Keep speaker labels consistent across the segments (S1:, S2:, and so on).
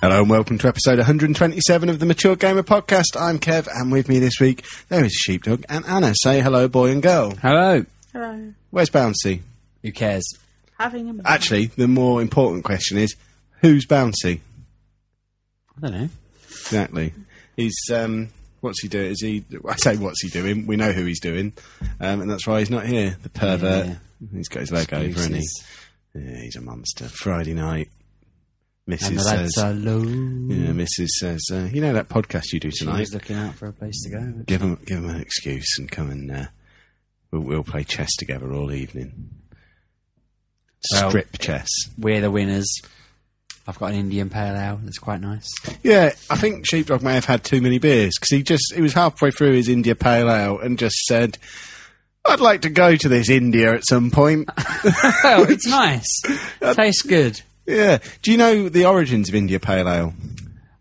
S1: Hello and welcome to episode 127 of the Mature Gamer Podcast. I'm Kev, and with me this week there is Sheepdog and Anna. Say hello, boy and girl.
S2: Hello.
S3: Hello.
S1: Where's Bouncy?
S2: Who cares?
S3: Having a moment.
S1: Actually, the more important question is, who's Bouncy?
S2: I don't know.
S1: Exactly. He's um, what's he doing? Is he? I say what's he doing? We know who he's doing, um, and that's why he's not here. The pervert.
S2: Yeah.
S1: He's got his leg over, and he?
S2: Excuses.
S1: Yeah, he's a monster. Friday night.
S2: And
S1: Mrs.
S2: the
S1: says.
S2: lights are low.
S1: Yeah, Mrs. says. Uh, you know that podcast you do
S2: She
S1: tonight.
S2: was looking out for a place to go.
S1: Give him, give him an excuse and come and uh, we'll, we'll play chess together all evening.
S2: Well-
S1: Strip chess.
S2: We're the winners. I've got an Indian pale ale. That's quite nice.
S1: Yeah, I think Sheepdog may have had too many beers because he just he was halfway through his India Pale Ale and just said, "I'd like to go to this India at some point."
S2: Oh, it's nice. Tastes good.
S1: yeah. Do you know the origins of India Pale Ale?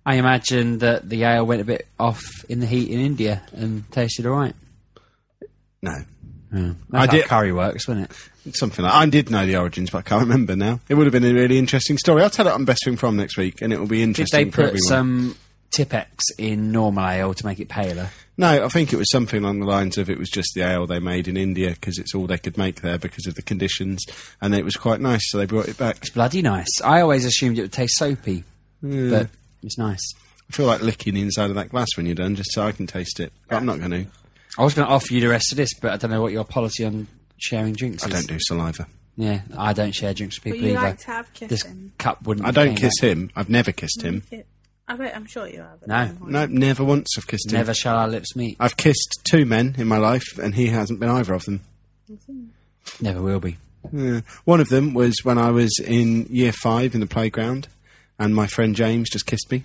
S2: I imagine that the ale went a bit off in the heat in India and tasted all right.
S1: No,
S2: Yeah.
S1: I
S2: That's I
S1: did-
S2: how curry works, wasn't it?
S1: something like I did know the origins, but I can't remember now. It would have been a really interesting story. I'll tell it on Best Thing From next week, and it will be
S2: Did
S1: interesting
S2: they
S1: for
S2: put
S1: everyone.
S2: some Tippex in normal ale to make it paler?
S1: No, I think it was something along the lines of it was just the ale they made in India because it's all they could make there because of the conditions, and it was quite nice, so they brought it back.
S2: It's bloody nice. I always assumed it would taste soapy, but it's nice.
S1: I feel like licking the inside of that glass when you're done, just so I can taste it. But I'm not going to.
S2: I was going to offer you the rest of this, but I don't know what your policy on sharing drinks
S1: I
S2: is.
S1: don't do saliva.
S2: Yeah, I don't share drinks with
S3: But
S2: people
S3: you
S2: either.
S3: like to have
S2: this
S3: kissing.
S2: cup wouldn't.
S1: I
S2: be
S1: don't
S2: coming
S1: kiss
S2: back.
S1: him. I've never kissed him.
S3: I bet I'm sure you have. at
S2: No.
S3: some point.
S1: No, never once I've kissed him.
S2: Never shall our lips meet.
S1: I've kissed two men in my life, and he hasn't been either of them.
S2: Never will be.
S1: Yeah. One of them was when I was in year five in the playground, and my friend James just kissed me.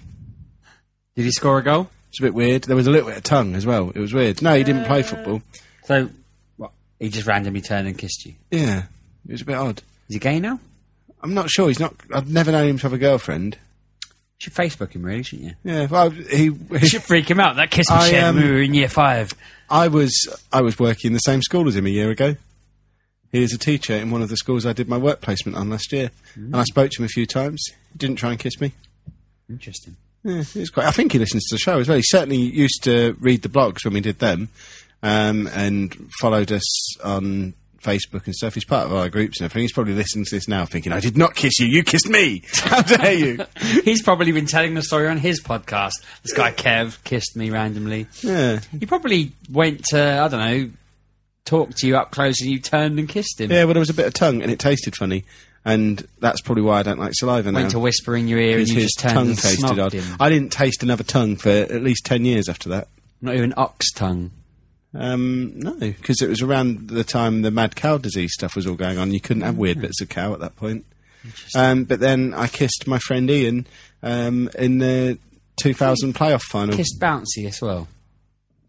S2: Did he score a goal?
S1: It's a bit weird. There was a little bit of tongue as well. It was weird. No, he didn't play football.
S2: So, what? He just randomly turned and kissed you.
S1: Yeah, it was a bit odd.
S2: Is he gay now? You
S1: I'm not sure. He's not. I've never known him to have a girlfriend.
S2: should Facebook him, really, shouldn't you?
S1: Yeah. Well, he.
S2: You
S1: he
S2: should freak him out. That kiss we
S1: I,
S2: shared when
S1: um,
S2: we were in year five.
S1: I was. I was working in the same school as him a year ago. He is a teacher in one of the schools I did my work placement on last year, and I spoke to him a few times. He didn't try and kiss me.
S2: Interesting.
S1: Yeah, it's quite. I think he listens to the show as well. He certainly used to read the blogs when we did them, um, and followed us on Facebook and stuff. He's part of our groups and everything. He's probably listening to this now, thinking, "I did not kiss you. You kissed me. How dare you?"
S2: He's probably been telling the story on his podcast. This guy Kev kissed me randomly.
S1: yeah.
S2: He probably went to I don't know, talked to you up close, and you turned and kissed him.
S1: Yeah, well, there was a bit of tongue, and it tasted funny, and that's probably why I don't like saliva now.
S2: Went to whisper in your ear, and
S1: because
S2: you
S1: his
S2: just turned
S1: tongue
S2: and
S1: tasted
S2: snogged
S1: odd.
S2: him.
S1: I didn't taste another tongue for at least ten years after that.
S2: Not even ox tongue.
S1: Um, no, because it was around the time the mad cow disease stuff was all going on. You couldn't have weird bits of cow at that point. Um, but then I kissed my friend Ian um, in the 2000 playoff final.
S2: Kissed bouncy as well.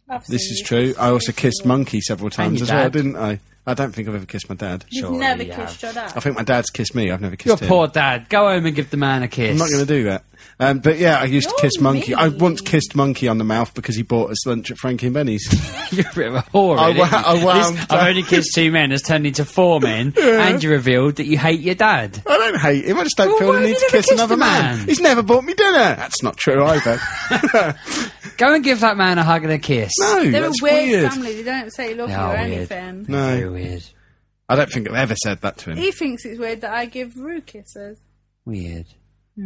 S3: I've
S1: This
S3: seen
S1: is
S3: you
S1: true.
S3: kiss
S1: I also
S3: people.
S1: kissed Monkey several times
S2: your
S1: as well,
S2: dad.
S1: didn't I? I don't think I've ever kissed my dad.
S3: You've
S2: Surely
S3: never
S2: you
S3: kissed
S2: have.
S3: your dad.
S1: I think my dad's kissed me. I've never kissed
S2: Your
S1: him.
S2: poor dad. Go home and give the man a kiss.
S1: I'm not going to do that. Um, but yeah, I used to
S3: You're
S1: kiss Monkey. I
S3: mean.
S1: once kissed Monkey on the mouth because he bought us lunch at Frankie and Benny's.
S2: You're a bit of a whore.
S1: I
S2: really,
S1: wa-
S2: aren't
S1: I
S2: you?
S1: wound
S2: This-
S1: up-
S2: I've only kissed two men. Has turned into four men, and you revealed that you hate your dad.
S1: I don't hate him. I just don't
S2: Well,
S1: feel
S2: why
S1: the
S2: have
S1: need
S2: you
S1: to
S2: never
S1: kiss
S2: kissed
S1: another
S2: the
S1: man.
S2: man?
S1: He's never bought me dinner. That's not true either.
S2: Go and give that man a hug and a kiss.
S1: no,
S3: They're
S1: that's
S3: a weird,
S1: weird.
S3: family. They don't say love
S2: They
S3: you
S2: are
S3: or
S2: weird.
S3: anything.
S2: They're
S1: No.
S2: Very weird.
S1: I don't think I've ever said that to him.
S3: He thinks it's weird that I give Roo kisses.
S2: Weird.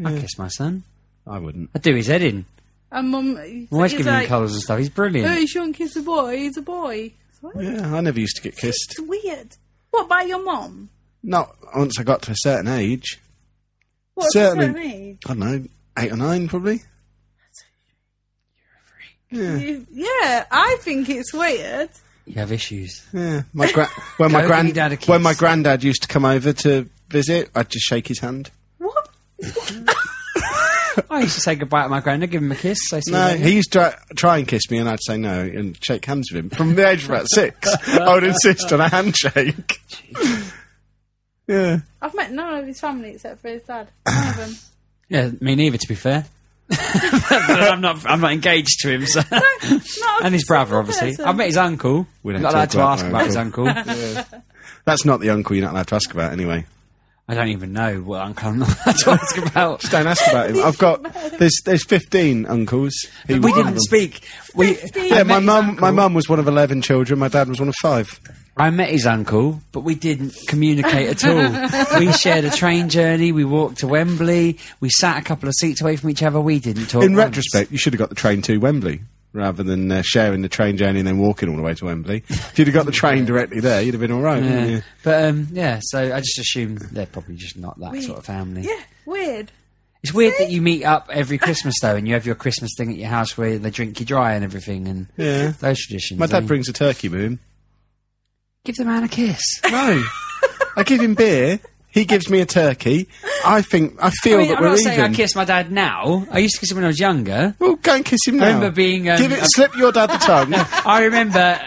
S2: I kiss my son.
S1: I wouldn't.
S2: I do his head in.
S3: And mum, he's
S2: I'm always giving
S3: like,
S2: him colours and stuff. He's brilliant.
S3: "Oh, you shouldn't kiss a boy. He's a boy." It's, like,
S1: Yeah, I never used to get
S3: it's
S1: kissed.
S3: weird. What by your mum?
S1: Not once I got to a certain age.
S3: What's
S1: Certainly.
S3: that mean?
S1: I don't know, eight or nine probably.
S3: You- Yeah, I think it's weird.
S2: You have issues.
S1: Yeah, my gra- when
S2: Go
S1: my
S2: give
S1: grand
S2: your dad a kiss.
S1: when my granddad used to come over to visit, I'd just shake his hand.
S3: What?
S2: I used to say goodbye to my granddad, give him a kiss. I see you
S1: No,
S2: later.
S1: he used to try and kiss me, and I'd say no and shake hands with him. From the age of about six, I would insist on a handshake. yeah.
S3: I've met none of his family except for his dad. None of them.
S2: Yeah, me neither. To be fair, but I'm not. I'm not engaged to him. So.
S3: Not a
S2: and his brother,
S3: single
S2: obviously.
S3: person.
S2: I've met his uncle.
S1: We
S2: We
S1: don't
S2: not allowed to
S1: talk
S2: ask
S1: about
S2: about his uncle.
S1: That's not the uncle you're not allowed to ask about, anyway.
S2: I don't even know what uncle I'm not to ask about.
S1: Just don't ask about him. I've got there's there's 15 uncles. He
S2: we
S1: was one of
S2: didn't
S1: them.
S2: speak. We,
S3: Fifteen.
S2: I
S1: Yeah,
S2: met
S1: my
S2: his
S1: mum
S2: uncle.
S1: my mum was one of 11 children. My dad was one of five.
S2: I met his uncle, but we didn't communicate at all. we shared a train journey. We walked to Wembley. We sat a couple of seats away from each other. We didn't talk.
S1: In
S2: once.
S1: retrospect, you should have got the train to Wembley rather than uh, sharing the train journey and then walking all the way to Wembley. If you'd have got the train directly there, you'd have been all right.
S2: Yeah.
S1: wouldn't you?
S2: But um, yeah, so I just assume they're probably just not that sort of family.
S3: Yeah, weird.
S2: It's weird that you meet up every Christmas though, and you have your Christmas thing at your house where they drink you dry and everything, and
S1: Yeah.
S2: those traditions.
S1: My dad
S2: eh?
S1: brings a turkey with him.
S2: give the man a kiss.
S1: No, I give him beer. He gives me a turkey. I think I
S2: I
S1: feel
S2: mean,
S1: that
S2: I'm
S1: we're
S2: not saying I
S1: even.
S2: kiss my dad now. I used to kiss him when I was younger.
S1: Well, go and kiss him now.
S2: remember being, um,
S1: Give it.
S2: a-
S1: Slip your dad the tongue.
S2: I remember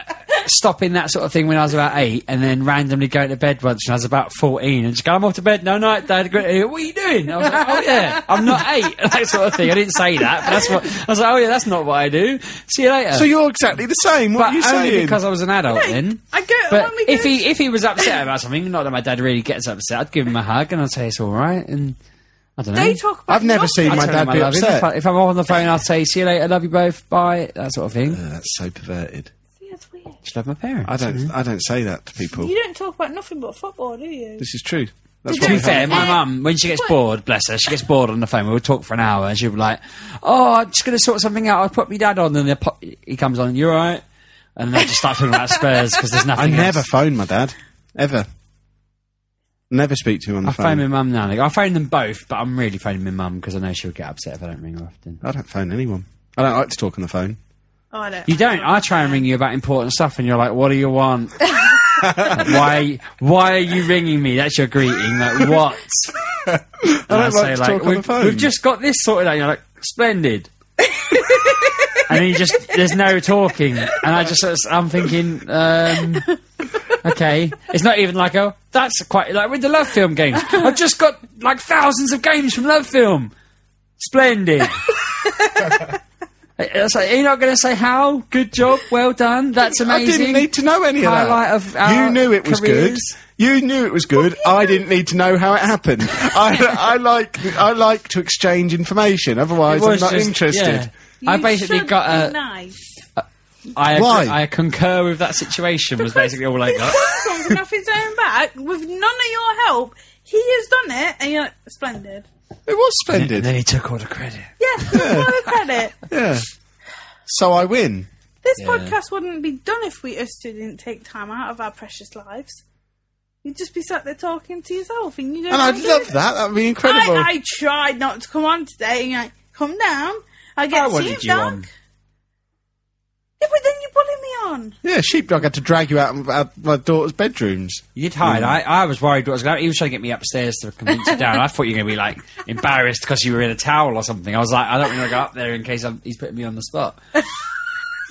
S2: stopping that sort of thing when I was about eight, and then randomly going to bed once when I was about fourteen, and just going, "I'm off to bed. No night, Dad. What are you doing?" I was like, "Oh yeah, I'm not eight. That sort of thing. I didn't say that, but that's what I was like. Oh yeah, that's not what I do. See you later.
S1: so you're exactly the same. What
S2: but
S1: are you
S2: only
S1: saying?
S2: because I was an adult
S3: No,
S2: then.
S3: I go-
S2: But
S3: when we
S2: if
S3: go-
S2: he if he was upset about something, not that my dad really gets upset, I'd give him a hug and I'd say it's all right. And I don't know.
S3: They talk about
S1: I've never
S3: your
S1: seen
S2: I'd
S1: my
S2: tell
S1: dad
S2: him I
S1: be
S2: love him. If, I,
S1: upset.
S2: if I'm on the phone, I'll say, "See you later. Love you both. Bye." That sort of thing.
S1: Uh, That's so perverted.
S3: See, that's weird.
S2: Just love my parents.
S1: I don't. I don't say that to people.
S3: You don't talk about nothing but football, do you?
S1: This is true. That's
S3: Did
S1: what
S3: you
S2: To be
S1: we
S2: fair,
S1: have.
S2: my mum, when she gets bored, bless her, she gets bored on the phone. We'll talk for an hour, and she'll be like, "Oh, I'm just going to sort something out. I'll put my dad on." And then pop- he comes on, "You're right," and then I just start talking about Spurs because there's
S1: I
S2: nothing.
S1: never
S2: Else.
S1: phone my dad ever. Never speak to him on the
S2: I
S1: phone.
S2: phone my mum now. and again. I phone them both, but I'm really phoning my mum because I know she'll get upset if I don't ring her often.
S1: I don't phone anyone. I don't like to talk on the phone.
S3: Oh, I don't.
S2: You don't. I try and ring you about important stuff, and you're like, "What do you want? Like, why? Why are you ringing me? That's your greeting. Like what?" And I,
S1: like to talk on
S2: we've,
S1: the phone."
S2: "We've just got this sorted out." And you're like, "Splendid." and then you just there's no talking, and I just sort of- I'm thinking, um, okay, it's not even like oh that's quite like with the love film games. I've just got like thousands of games from love film. Splendid. It's like, Are you not going to say how? Good job, well done. That's amazing.
S1: I didn't need to know any of
S2: Highlight
S1: that.
S2: of our
S1: you knew it was good.
S2: careers.
S1: You knew it was good. I didn't need to know how it happened. I, I like I like to exchange information. Otherwise,
S2: It
S1: I'm
S2: was
S1: not
S2: just-
S1: interested.
S2: yeah. I
S3: You
S2: basically
S3: should
S2: got
S3: be
S2: a.
S3: nice.
S2: I agree-
S1: Why?
S2: I concur with that situation. Was basically all I got.
S3: Someone's off his own back with none of your help. He has done it, and you're like, splendid.
S1: It was
S2: and
S1: splendid.
S2: then he took all the credit.
S3: Yeah, that's all the credit.
S1: Yeah. So I win.
S3: This
S2: Yeah.
S3: podcast wouldn't be done if we us two didn't take time out of our precious lives. You'd just be sat there talking to yourself, and you don't.
S1: And I'd
S3: wanna do
S1: love
S3: it.
S1: that. That'd be incredible.
S3: I, I tried not to come on today, and you're like, come down. I get
S2: I
S3: too
S2: wanted you
S3: dark.
S2: on.
S3: Yeah, but then you bully me on.
S1: yeah, sheepdog had to drag you out of out of my daughter's bedrooms.
S2: You did hide. I, I was worried what was going. to He was trying to get me upstairs to convince you down. I thought you were going to be like embarrassed because you were in a towel or something. I was like, I don't want to go up there in case I'm, he's putting me on the spot.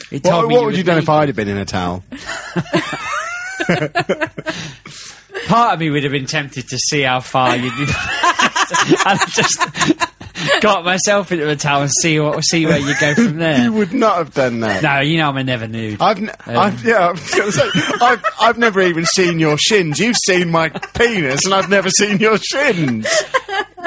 S2: He told
S1: What,
S2: me
S1: what
S2: you
S1: would
S2: were
S1: you done if
S2: naked.
S1: I'd have been in a towel?
S2: part of me would have been tempted to see how far you'd be. and just got myself into a towel and see what see where you go from
S1: you
S2: there.
S1: would not have done that.
S2: No, you know I'm a never nude.
S1: I've, n- I've yeah, I was gonna say, I've, I've never even seen your shins. You've seen my penis, and I've never seen your shins.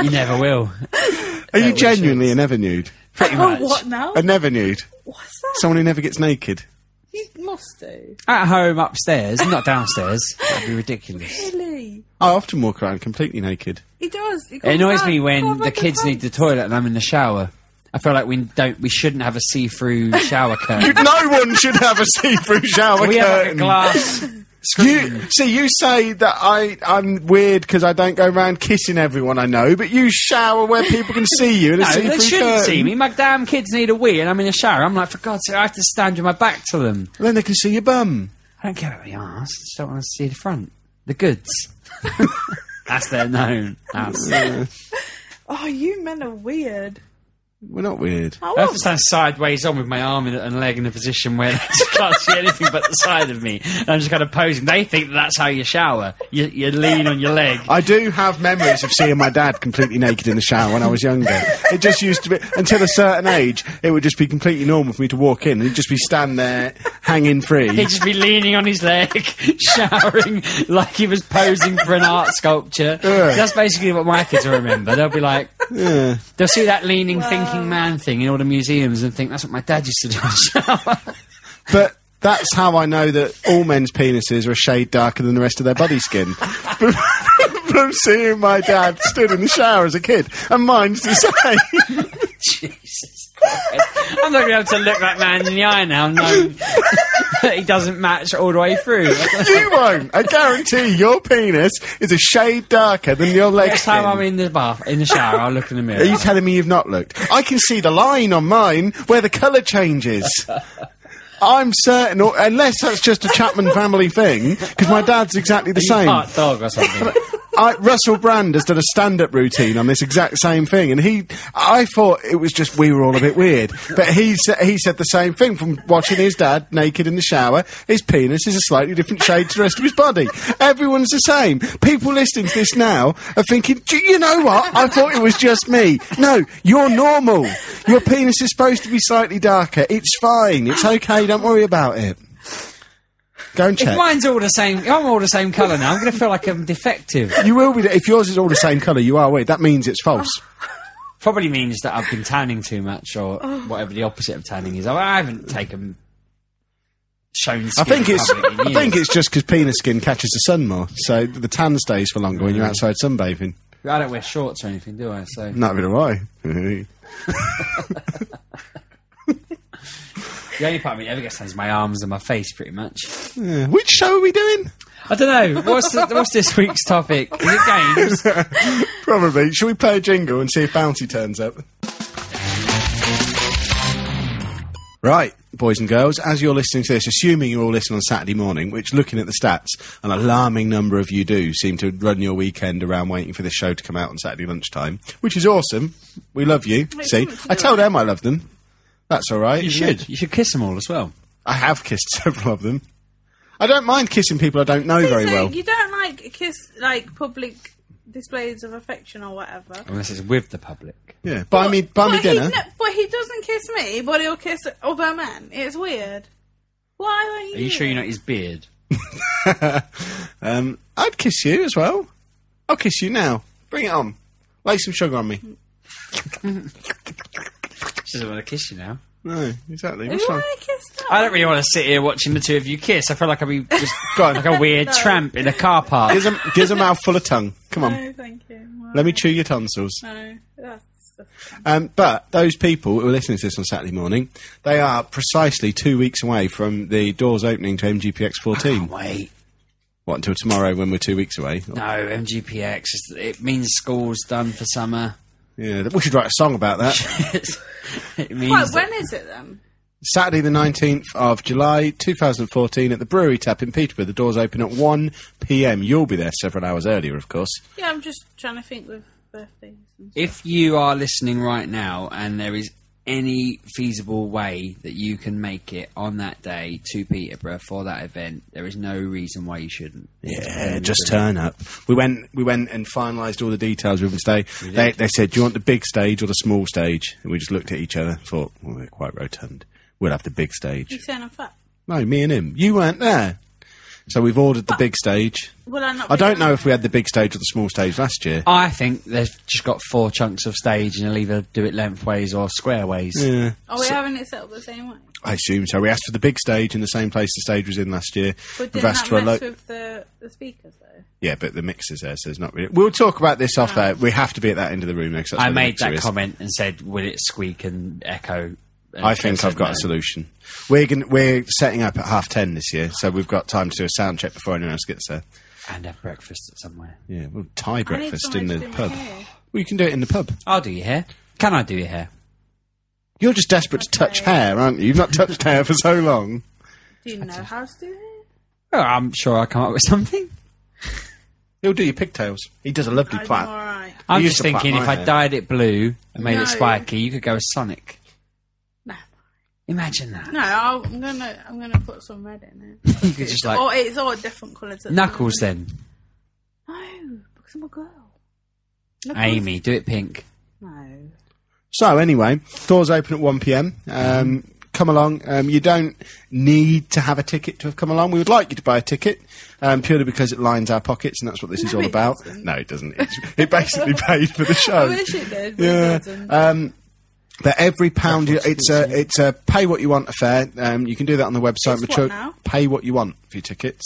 S2: You never will.
S1: Are you
S2: we
S1: genuinely a never nude?
S2: Pretty
S3: Oh,
S2: much.
S3: what now?
S1: A never nude?
S3: What's that?
S1: Someone who never gets naked?
S3: you must do.
S2: At home, upstairs, not downstairs. That'd be ridiculous.
S3: Really?
S1: I often walk around completely naked.
S3: He does. He
S2: It
S3: comes
S2: annoys
S3: out-
S2: me when
S3: comes
S2: the
S3: out
S2: kids need the
S3: pants.
S2: toilet and I'm in the shower. I feel like we don't. We shouldn't have a see-through shower curtain.
S1: No one should have a see-through shower
S2: we have like a
S1: curtain.
S2: glass.
S1: you see, you say that I I'm weird because I don't go around kissing everyone I know, but you shower where people can see you in a
S2: No,
S1: see-through
S2: they shouldn't
S1: curtain.
S2: see me. My damn kids need a wee, and I'm in a shower. I'm like, for God's sake, I have to stand with my back to them.
S1: And then they can see your bum.
S2: I don't care about the arse. I just don't want to see the front. The goods. That's their known house.
S3: Oh, you men are weird.
S1: We're not weird.
S3: I
S2: I have to
S3: was.
S2: stand sideways on with my arm in- and leg in a position where they can't see anything but the side of me. And I'm just kind of posing. They think that's how you shower. You, you lean on your leg.
S1: I do have memories of seeing my dad completely naked in the shower when I was younger. It just used to be until a certain age, it would just be completely normal for me to walk in and he'd just be standing there hanging free.
S2: He'd just be leaning on his leg, showering like he was posing for an art sculpture. That's basically what my kids will remember. They'll be like, they'll see that leaning, thinking man thing in all the museums and think that's what my dad used to do. Oh, in the shower."
S1: But that's how I know that all men's penises are a shade darker than the rest of their body skin. From- From seeing my dad stood in the shower as a kid, and mine's the same.
S2: Jesus Christ. I'm not going to be able to look that man in the eye now, knowing that he doesn't match all the way through.
S1: you won't. I guarantee your penis is a shade darker than your leg
S2: Next
S1: skin.
S2: time I'm in the bath, in the shower, I'll look in the
S1: Are you
S2: mirror.
S1: telling me you've not looked? I can see the line on mine where the colour changes. I'm certain, or, unless that's just a Chapman family thing, because my dad's exactly the same.
S2: Part dog or something.
S1: I, Russell Brand has done a stand-up routine on this exact same thing, and he, I thought it was just we were all a bit weird, but he sa- he said the same thing from watching his dad naked in the shower. His penis is a slightly different shade to the rest of his body. Everyone's the same. People listening to this now are thinking, "Do you know what? I thought it was just me. No, you're normal. Your penis is supposed to be slightly darker. It's fine. It's okay. Don't worry about it. Go and check.
S2: If mine's all the same, if I'm all the same colour now, I'm going to feel like I'm defective.
S1: You will be. If yours is all the same colour, you are weird. That means it's false.
S2: Probably means that I've been tanning too much or whatever the opposite of tanning is. I haven't taken. Shown
S1: I
S2: skin
S1: think it's.
S2: in public in
S1: I
S2: years.
S1: think it's just because penis skin catches the sun more, so the tan stays for longer
S2: Mm.
S1: when you're outside sunbathing.
S2: I don't wear shorts or anything, do I? So
S1: Not really why.
S2: the only part of me that ever gets done is my arms and my face, pretty much.
S1: Yeah. Which show are we doing?
S2: I don't know. What's the, what's this week's topic? Is it games?
S1: Probably. Shall we play a jingle and see if Bounty turns up? Right, boys and girls, as you're listening to this, assuming you're all listening on Saturday morning, which looking at the stats, an alarming number of you do seem to run your weekend around waiting for this show to come out on Saturday lunchtime, which is awesome. We love you.
S3: It's
S1: See,
S3: something to
S1: I
S3: do,
S1: tell
S3: right?
S1: them I love them. That's all right.
S2: You
S1: isn't it?
S2: should. You should kiss them all as well.
S1: I have kissed several of them. I don't mind kissing people I don't know very
S3: So
S1: well.
S3: You don't like kiss like public displays of affection or whatever.
S2: Unless it's with the public.
S1: Yeah, buy me, buy me
S3: but
S1: dinner.
S3: He, no, but he doesn't kiss me, but he'll kiss other men. It's weird. Why are you?
S2: Are you sure you're not his beard?
S1: Um, I'd kiss you as well. I'll kiss you now. Bring it on. Lay some sugar on me.
S2: She doesn't want to kiss you now.
S1: No, exactly.
S3: Who
S1: What's wrong?
S3: want to kiss that?
S2: I don't really want to sit here watching the two of you kiss. I feel like I'd be just
S1: Go on.
S2: like a weird
S3: No.
S2: tramp in a car park.
S1: Gives a, gives a mouthful of tongue. Come on.
S3: No, thank you. Well,
S1: Um, Let me chew your tonsils.
S3: No, that's disgusting.
S1: Um, but those people who are listening to this on Saturday morning, they are precisely two weeks away from the doors opening to MGPX 14.
S2: Wait,
S1: What, until tomorrow when we're two weeks away?
S2: no, MGPX. is- It means school's done for summer.
S1: Yeah, we should write a song about that.
S2: it means
S3: Right,
S2: that-
S3: when is it then?
S1: Saturday, the 19th of July, 2014, at the Brewery Tap in Peterborough. The doors open at 1 pm. You'll be there several hours earlier, of course.
S3: Yeah, I'm just trying to think with birthdays. And
S2: if you are listening right now and there is any feasible way that you can make it on that day to Peterborough for that event, there is no reason why you shouldn't.
S1: Yeah, just turn up. We went, we went and finalised all the details with them today. They, they said, "Do you want the big stage or the small stage?" And we just looked at each other, and thought, well, "We're quite rotund. We'll have the big
S3: you
S1: stage."
S3: saying I'm fat?
S1: No, me and him. You weren't there, so we've ordered the big stage.
S3: Will I not?
S1: I
S3: be
S1: don't
S3: there?
S1: know if we had the big stage or the small stage last year.
S2: I think they've just got four chunks of stage and they'll either do it lengthways or squareways.
S1: Yeah.
S3: Are we having it set up the same way?
S1: I assume so. We asked for the big stage in the same place the stage was in last year.
S3: But
S1: We've
S3: didn't
S1: asked
S3: that
S1: for a
S3: mess
S1: lo-
S3: with the, the speakers though?
S1: Yeah, but the mixer's there, so it's not really. We'll talk about this off air. We have to be at that end of the room next.
S2: I made that comment and said, "Will it squeak and echo?" And
S1: I
S2: Kev
S1: think
S2: said
S1: I've got
S2: no.
S1: a solution. We're going we're setting up at half ten this year, so we've got time to do a sound check before anyone else gets there.
S2: and have breakfast somewhere.
S1: Yeah, we'll tie breakfast in
S3: someone
S1: the
S3: to do my
S1: pub.
S3: hair.
S1: Well, you can do it in the pub.
S2: I'll do your hair. Can I do your hair?
S1: You're just desperate to touch
S3: Okay.
S1: hair, aren't you? You've not touched hair for so long.
S3: Do you know how to do it?
S2: Oh, I'm sure I'll come up with something.
S1: He'll do your pigtails. He does a lovely
S3: I'm
S1: plan.
S3: all right.
S2: I'm
S1: You
S2: just
S1: used to plait
S2: thinking
S1: my
S2: if I
S1: hair.
S2: dyed it blue and made
S3: No.
S2: it spiky, you could go as Sonic.
S3: No,
S2: Imagine that.
S3: no, I'll- I'm gonna, I'm gonna put some red in it.
S2: You could just
S3: or
S2: like
S3: it's all different colours. at the
S2: Knuckles
S3: moment.
S2: then.
S3: No, because I'm a girl. Knuckles-
S2: Amy, do it pink.
S3: No.
S1: So anyway, doors open at one pm. Um, come along. Um, you don't need to have a ticket to have come along. We would like you to buy a ticket um, purely because it lines our pockets, and that's what this is
S3: No,
S1: all
S3: it
S1: about.
S3: doesn't.
S1: No, it doesn't. It's, it basically paid for the show.
S3: I wish it did. But
S1: Yeah.
S3: It doesn't.
S1: Um, but every pound, you, it's a it's a pay what you want affair. Um, you can do that on the website.
S3: It's
S1: but
S3: what
S1: you'll
S3: now?
S1: pay what you want for your tickets.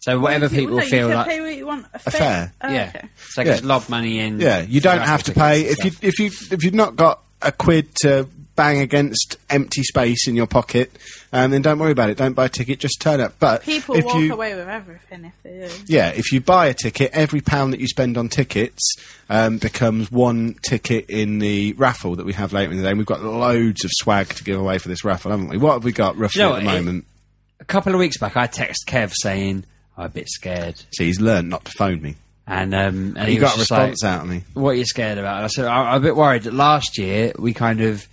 S2: So whatever people
S3: no,
S2: feel
S3: you can
S2: like.
S3: pay what you want. A fair.
S1: fair.
S3: Oh,
S2: yeah.
S3: okay.
S2: So I
S1: Yeah.
S2: can just lob money in.
S1: Yeah, you don't have to pay if you if you if you've not got a quid to bang against empty space in your pocket, um, then don't worry about it. Don't buy a ticket. Just turn up. But
S3: People
S1: if
S3: walk
S1: you,
S3: away with everything if they do.
S1: Yeah, if you buy a ticket, every pound that you spend on tickets um, becomes one ticket in the raffle that we have later in the day. And we've got loads of swag to give away for this raffle, haven't we? What have we got roughly
S2: You know
S1: at the
S2: what, it-
S1: moment?
S2: A couple of weeks back, I text Kev saying, I'm a bit scared.
S1: See, he's learned not to phone me.
S2: And, um, and
S1: He
S2: he
S1: got a
S2: was just like,
S1: response out of me.
S2: what are you scared about? And I said, I'm I'm a bit worried that last year we kind of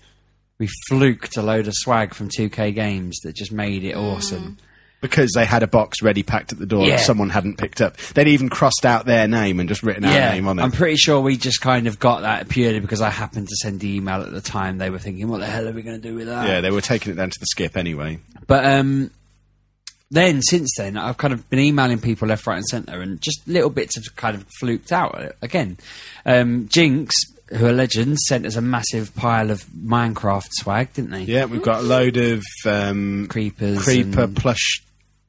S2: we fluked a load of swag from 2K games that just made
S3: Mm.
S2: it awesome.
S1: Because they had a box ready packed at the door
S2: Yeah.
S1: that someone hadn't picked up. They'd even crossed out their name and just written our name on it.
S2: I'm pretty sure we just kind of got that purely because I happened to send the email at the time. They were thinking, what the hell are we going to do with that?
S1: yeah, they were taking it down to the skip anyway.
S2: But um, then, since then, I've kind of been emailing people left, right, and centre, and just little bits have kind of fluked out uh, again. Um, Jinx, who are legends, sent us a massive pile of Minecraft swag, didn't they?
S1: Yeah, we've got a load of um,
S2: Creepers.
S1: creeper
S2: and-
S1: plush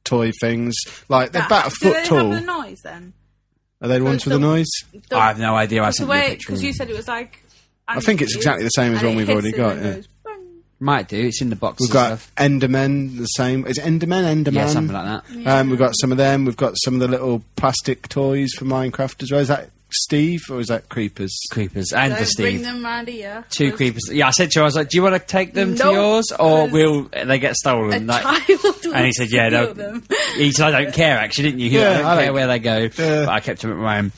S1: toy things. Like, they're
S3: That-
S1: about a
S3: do
S1: foot
S3: they
S1: tall.
S3: Have the noise then.
S1: Are they the ones with the
S3: the-
S1: noise?
S3: The,
S2: I have no idea. I
S3: the
S2: sent you a
S3: way
S2: picture.
S3: because you said it was like.
S1: I think it's exactly the same as
S3: and
S1: one
S3: it
S1: we've
S3: hits
S1: already
S3: and
S1: got,
S3: then
S1: yeah.
S3: goes bang.
S2: Might do. It's in the box.
S1: We've
S2: and
S1: got
S2: stuff.
S1: Endermen, the same. Is it Endermen? Enderman?
S2: yeah, something like that.
S1: Um, we've got some of them. We've got some of the little plastic toys for Minecraft as well. Is that Steve or is that Creepers?
S2: Creepers and the
S3: Don't Bring
S2: Steve.
S3: them round here.
S2: Two
S3: 'cause
S2: creepers. Yeah, I said to him, I was like, "Do you want to take them
S3: No,
S2: to yours, or
S3: 'cause
S2: will they get
S3: A
S2: stolen?" Like,
S3: child.
S2: and he said, "Yeah,
S3: no.
S2: no."
S3: Them.
S2: He said, "I don't care, actually, didn't you? He
S1: Yeah,
S2: went, I
S1: I
S2: don't care
S1: don't-
S2: where they go." But I kept them at my own.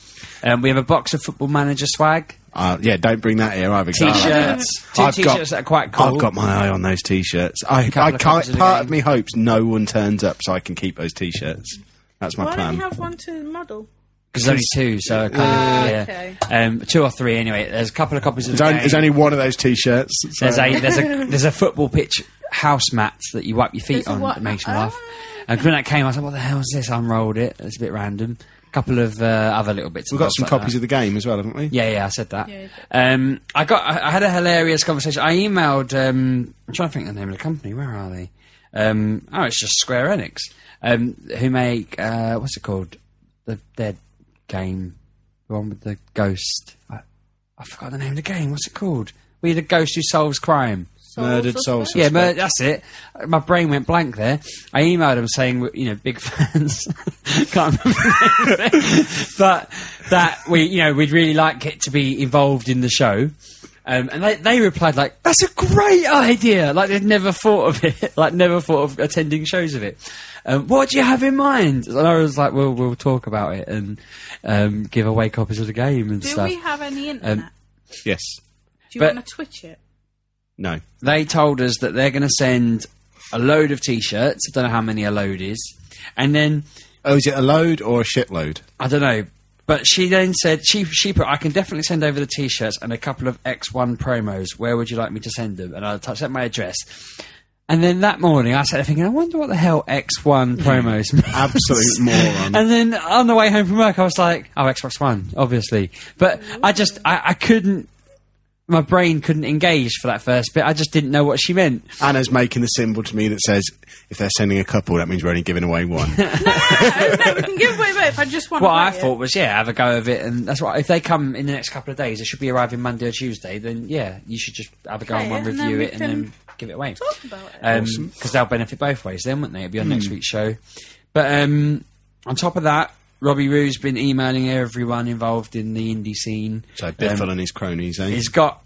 S2: Um, we have a box of football manager swag,
S1: Uh, yeah, don't bring that here. I've
S2: t-shirts, 2
S1: Oh, I've got-
S2: t-shirts that are quite cool.
S1: I've got my eye on those t-shirts. I,
S2: couple
S1: I
S2: of
S1: can't.
S2: copies of the
S1: Part
S2: game.
S1: of me hopes no one turns up so I can keep those t-shirts. That's my
S3: Why don't
S1: plan.
S3: you have one to model?
S2: because only two, so I kind of, yeah,
S3: Oh, okay.
S2: um, two or three anyway. There's a couple of copies of
S1: there's,
S2: the
S1: only,
S2: game.
S1: there's only one of those t-shirts. so-
S2: There's a there's a there's a football pitch house mat that you wipe your feet
S3: There's a
S2: on
S3: what
S2: that makes me
S3: mat?
S2: laugh.
S3: Oh.
S2: And when that came, I was like, "What the hell is this?" I unrolled it. It's a bit random. A couple of uh, other little bits.
S1: We've got some copies of the game as well, haven't we?
S2: Yeah, yeah, I said that.
S3: Yeah, you did.
S2: um, I got. I, I had a hilarious conversation. I emailed. Um, I'm trying to think of the name of the company. Where are they? Um, oh, it's just Square Enix, um, who make uh, what's it called? The their game, the one with the ghost. I, I forgot the name of the game. What's it called? Where you're the ghost who solves crime.
S3: Soul
S1: Murdered soul
S3: suspect?
S2: Yeah,
S1: Suspect.
S2: but that's it. My brain went blank there. I emailed him saying, we- you know, big fans. Can't remember. the name of it. but that we, you know, we'd really like it to be involved in the show. Um, and they, they replied like, "That's a great idea!" Like they'd never thought of it. Like never thought of attending shows of it. Um, what do you have in mind? And I was like, "Well, we'll talk about it and um, give away copies of the game and
S3: Do
S2: stuff."
S3: we have any internet?
S1: Um, Yes.
S3: Do you
S2: but-
S3: want to Twitch it?
S1: No.
S2: they told us that they're going to send a load of t-shirts. I don't know how many a load is, and then
S1: Oh, is it a load or a shitload?
S2: I don't know. But she then said she she put I can definitely send over the t-shirts and a couple of X1 promos. Where would you like me to send them? And I t- sent my address. And then that morning I sat there thinking, I wonder what the hell X1 promos means.
S1: Absolute moron.
S2: And then on the way home from work, I was like, "Oh, Xbox One, obviously." But I just, I, I couldn't. My brain couldn't engage for that first bit. I just didn't know what she meant.
S1: Anna's making the symbol to me that says, if they're sending a couple, that means we're only giving away one.
S3: no, no, we can give away both. I just want.
S2: What
S3: to
S2: I
S3: buy
S2: thought was, yeah, have a go of it, and that's what. If they come in the next couple of days, it should be arriving Monday or Tuesday. Then yeah, you should just have a go
S3: Okay,
S2: and one,
S3: and then
S2: review
S3: we
S2: it, and then
S3: can
S2: give it away.
S3: It. Talk about it.
S2: Because they'll benefit both ways, then, wouldn't they? It'll be on next
S1: Hmm.
S2: week's show. But um, on top of that, Robbie Roo's been emailing everyone involved in the indie scene. Um,
S1: So Biffle and his cronies, eh?
S2: He's got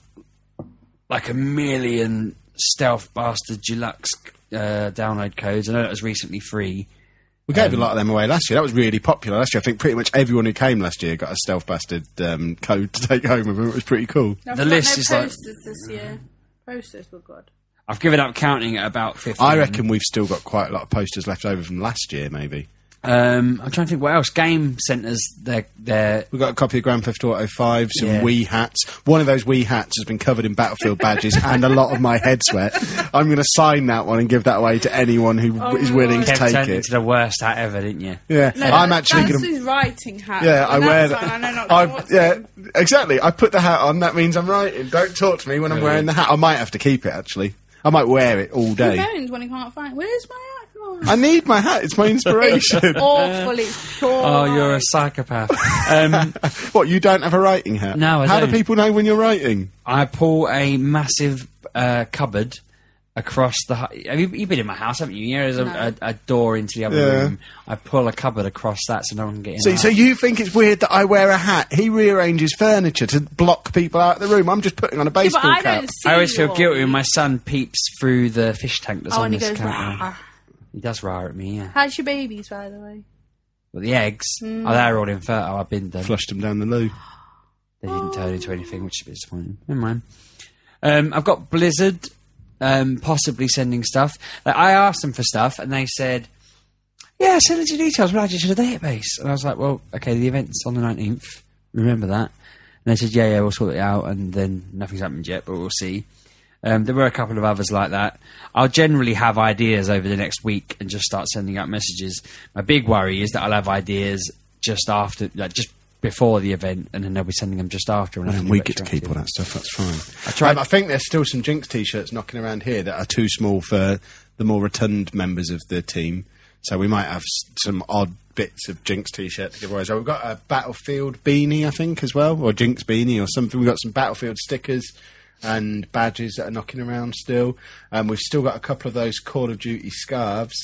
S2: like a million stealth bastard deluxe uh, download codes. I know that was recently free.
S1: We gave a lot of them away last year. That was really popular last year. I think pretty much everyone who came last year got a Stealth Bastard um, code to take home with them. It was pretty cool.
S3: I've
S2: The
S3: got
S2: list
S3: no
S2: is like-
S3: posters this year. Posters were good.
S2: I've given up counting at about 50.
S1: I reckon we've still got quite a lot of posters left over from last year, maybe.
S2: Um, I'm trying to think what else. Game centres, they're, they're
S1: We've got a copy of Grand Theft Auto 5, some
S2: Yeah.
S1: Wii hats. One of those Wii hats has been covered in Battlefield badges and a lot of my head sweat. I'm going to sign that one and give that away to anyone who is
S3: Oh my
S1: willing
S3: God.
S1: to
S2: Kev
S1: take
S2: turned
S1: it.
S2: into the worst hat ever, didn't you?
S1: Yeah, I'm
S3: that's-
S1: actually
S3: that's
S1: going to.
S3: his writing hat.
S1: Yeah, I
S3: And
S1: wear
S3: that's fine, I know
S1: that.
S3: not
S1: I-
S3: what's
S1: yeah,
S3: in.
S1: exactly. I put the hat on. That means I'm writing. Don't talk to me when I'm wearing the hat. I might have to keep it actually. I might wear it all
S3: He
S1: day.
S3: moans when he can't find. Where's my hat? Come on.
S1: I need my hat. It's my inspiration.
S3: Awful. It's poor.
S2: Oh, you're a psychopath. um,
S1: what? You don't have a writing hat?
S2: No, I
S1: How
S2: don't.
S1: do people know when you're writing?
S2: I pull a massive uh, cupboard across the. hu- Have you, you've been in my house, haven't you? There's a,
S3: No.
S2: a, a door into the other
S1: Yeah.
S2: room. I pull a cupboard across that so no one can get in.
S1: So,
S2: and
S1: so
S2: out.
S1: you think it's weird that I wear a hat? He rearranges furniture to block people out of the room. I'm just putting on a
S3: Yeah, but
S1: baseball
S3: I
S1: cap.
S3: don't see
S2: I always feel
S3: you.
S2: guilty when my son peeps through the fish tank that's
S3: Oh,
S2: on
S3: and he
S2: this
S3: goes.
S2: counter.
S3: "Rah."
S2: He does roar at me, yeah.
S3: How's your babies, by the way?
S2: But the eggs,
S3: Hmm.
S2: oh, they're all infertile. I binned them.
S1: Flushed him down the loo.
S2: They didn't turn into anything, which is a bit disappointing. Never mind. Um, I've got Blizzard um, possibly sending stuff. Like, I asked them for stuff, and they said, "Yeah, send us your details. We'll add you to the database." And I was like, "Well, okay, the event's on the nineteenth. Remember that." And they said, "Yeah, yeah, we'll sort it out." And then nothing's happened yet, but we'll see. Um, there were a couple of others like that. I'll generally have ideas over the next week and just start sending out messages. My big worry is that I'll have ideas just after, like just before the event, and then they'll be sending them just after. And, I
S1: And
S2: can
S1: we
S2: do
S1: get to
S2: retroactive.
S1: keep all that stuff. That's fine. I,
S2: tried-
S1: I think there's still some Jinx t-shirts knocking around here that are too small for the more rotund members of the team. So we might have s- some odd bits of Jinx t-shirt to give away. So we've got a Battlefield beanie, I think, as well, or Jinx beanie or something. We've got some Battlefield stickers and badges that are knocking around still. Um, we've still got a couple of those Call of Duty scarves.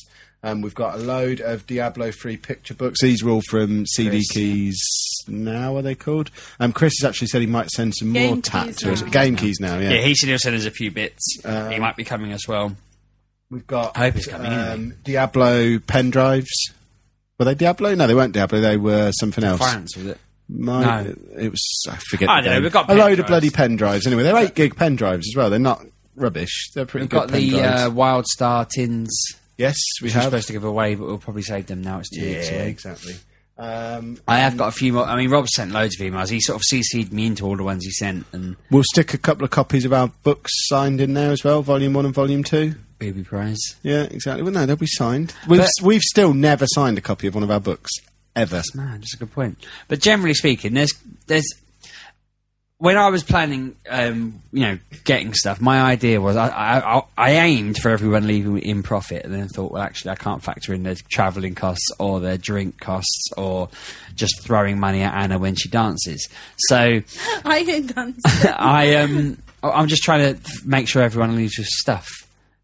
S1: Um, we've got a load of Diablo 3 picture books. These are all from CD
S2: Chris, yeah.
S1: Keys now, are they called? Um, Chris has actually said he might send some
S3: Game
S1: more
S3: keys
S1: tat to us.
S3: now.
S1: Game keys now, yeah.
S2: Yeah, he should have sent us a few bits. he might be coming as well.
S1: We've got um,
S2: I hope it's coming in,
S1: Diablo pen drives. Were they Diablo? No, they weren't Diablo. They were something else.
S2: Finance with it.
S1: My,
S2: No.
S1: It was, I forget. the
S2: I don't know,
S1: name.
S2: we've got
S1: a
S2: pen
S1: load of
S2: drives.
S1: bloody pen drives. Anyway, they're 8 gig pen drives as well. They're not rubbish. They're pretty
S2: We've
S1: good
S2: got
S1: pen
S2: the
S1: drives.
S2: uh, Wild Star tins.
S1: yes, we
S2: Which we're
S1: have.
S2: supposed to give away, but we'll probably save them now. It's too
S1: Yeah,
S2: late.
S1: exactly. Um,
S2: I have got a few more. I mean, Rob sent loads of emails. He sort of CC'd me into all the ones he sent, and
S1: we'll stick a couple of copies of our books signed in there as well, volume one and volume two.
S2: baby prize.
S1: Yeah, exactly. Well, no, they'll be signed. We've
S2: But-
S1: we've still never signed a copy of one of our books ever.
S2: Man, that's a good point. But generally speaking, there's there's when I was planning, um, you know, getting stuff, my idea was I, I I- I aimed for everyone leaving in profit, and then thought, well, actually, I can't factor in their travelling costs or their drink costs or just throwing money at Anna when she dances. So
S3: I ain't done.
S2: I um, I- I'm just trying to make sure everyone leaves with stuff,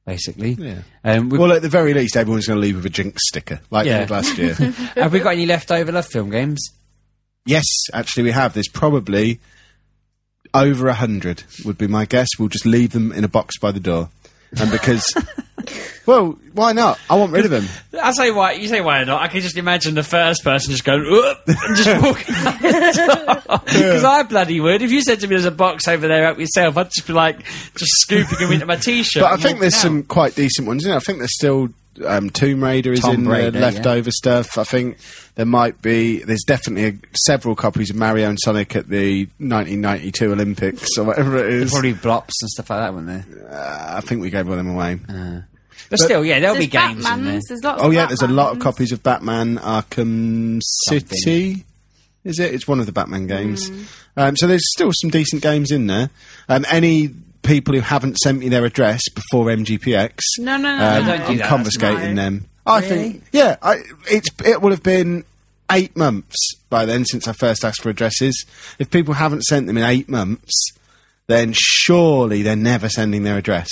S2: basically.
S1: Yeah.
S2: Um, we-
S1: Well, at the very least, everyone's going to leave with a jinx sticker, like they
S2: Yeah.
S1: did last year.
S2: have we got any leftover love film games?
S1: yes, actually, we have. There's probably over a hundred, would be my guess. We'll just leave them in a box by the door, and because, well, why not? I want rid of them.
S2: I say why. You say why not? I can just imagine the first person just going "Oop," and just walking because I bloody would. If you said to me, "There's a box over there up yourself," I'd just be like, just scooping them into my t-shirt.
S1: But I
S2: and
S1: think there's
S2: walking
S1: some quite decent ones. Isn't it? I think there's still um, Tomb Raider is
S2: Tomb
S1: in
S2: Raider,
S1: the
S2: yeah.
S1: leftover stuff. I think there might be. There's definitely a, several copies of Mario and Sonic at the 1992 Olympics or whatever it
S2: out.
S1: is.
S2: probably blops and stuff like that, wouldn't there?
S1: Uh, I think we gave all them away.
S2: But, still, yeah, there'll
S3: There's
S2: be games in there.
S3: Batmans. There's lots.
S1: Oh
S3: of
S1: yeah, there's a lot of
S3: Batmans.
S1: copies of Batman Arkham City. Is it? It's one of the Batman games.
S3: Mm.
S1: Um, so there's still some decent games in there. Um, any people who haven't sent me their address before MGPX?
S3: No, no, no,
S1: um,
S2: no, don't do
S1: I'm
S2: that.
S1: confiscating
S3: No.
S1: them. I think. Yeah, I, it's it will have been eight months by then since I first asked for addresses. If people haven't sent them in eight months, then surely they're never sending their address.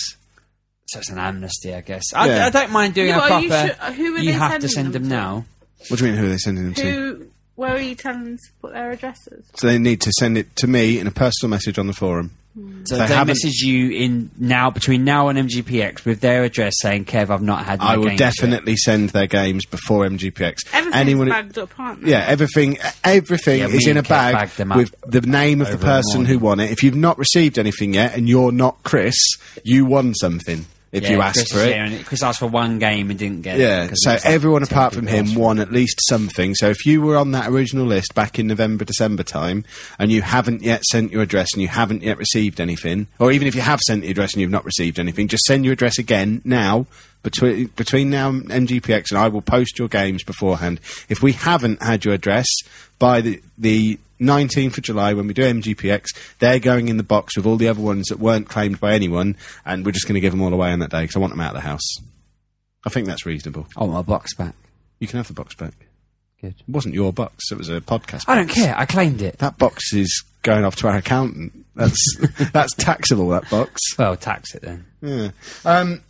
S2: So it's an amnesty, I guess. I,
S1: Yeah.
S2: I don't mind doing
S3: Yeah,
S2: a
S3: but are you
S2: proper.
S3: sure- who are
S2: you
S3: they
S2: have to send
S3: sending them
S2: them
S3: to?
S2: now.
S1: What do you mean? Who are they sending them to?
S3: Who? Where are you telling them to put their addresses?
S1: So they need to send it to me in a personal message on the forum.
S2: So
S1: They
S2: if they
S1: haven't-
S2: message you in now between now and MGPX with their address saying, "Kev, I've not had." My
S1: I will
S2: games yet."
S1: definitely send their games before MGPX.
S3: Everything's
S1: Anyone,
S3: bagged up, aren't they?
S1: yeah, everything, everything
S2: Yeah, me
S1: is in a
S2: and Kev
S1: bag
S2: bagged them up
S1: with the name of the
S2: over the
S1: person who won it. If you've not received anything yet and you're not Chris, you won something if
S2: Yeah,
S1: you asked
S2: Chris
S1: for
S2: is
S1: it.
S2: here and Chris asked for one game and didn't get it.
S1: Yeah,
S2: 'cause
S1: so
S2: there's like
S1: everyone
S2: 10
S1: apart from
S2: people
S1: him
S2: asked for
S1: won at least something. So if you were on that original list back in November, December time, and you haven't yet sent your address and you haven't yet received anything, or even if you have sent the address and you've not received anything, just send your address again now. Between, between now and MGPX, and I will post your games beforehand. If we haven't had your address by the, the 19th of July when we do MGPX, they're going in the box with all the other ones that weren't claimed by anyone, and we're just going to give them all away on that day because I want them out of the house. I think that's reasonable.
S2: I want Oh, my box back.
S1: You can have the box back.
S2: Good.
S1: It wasn't your box, it was a podcast.
S2: I don't
S1: box.
S2: care. I claimed it.
S1: That box is going off to our accountant. That's that's taxable, that box.
S2: Well, tax it then.
S1: Yeah. Um,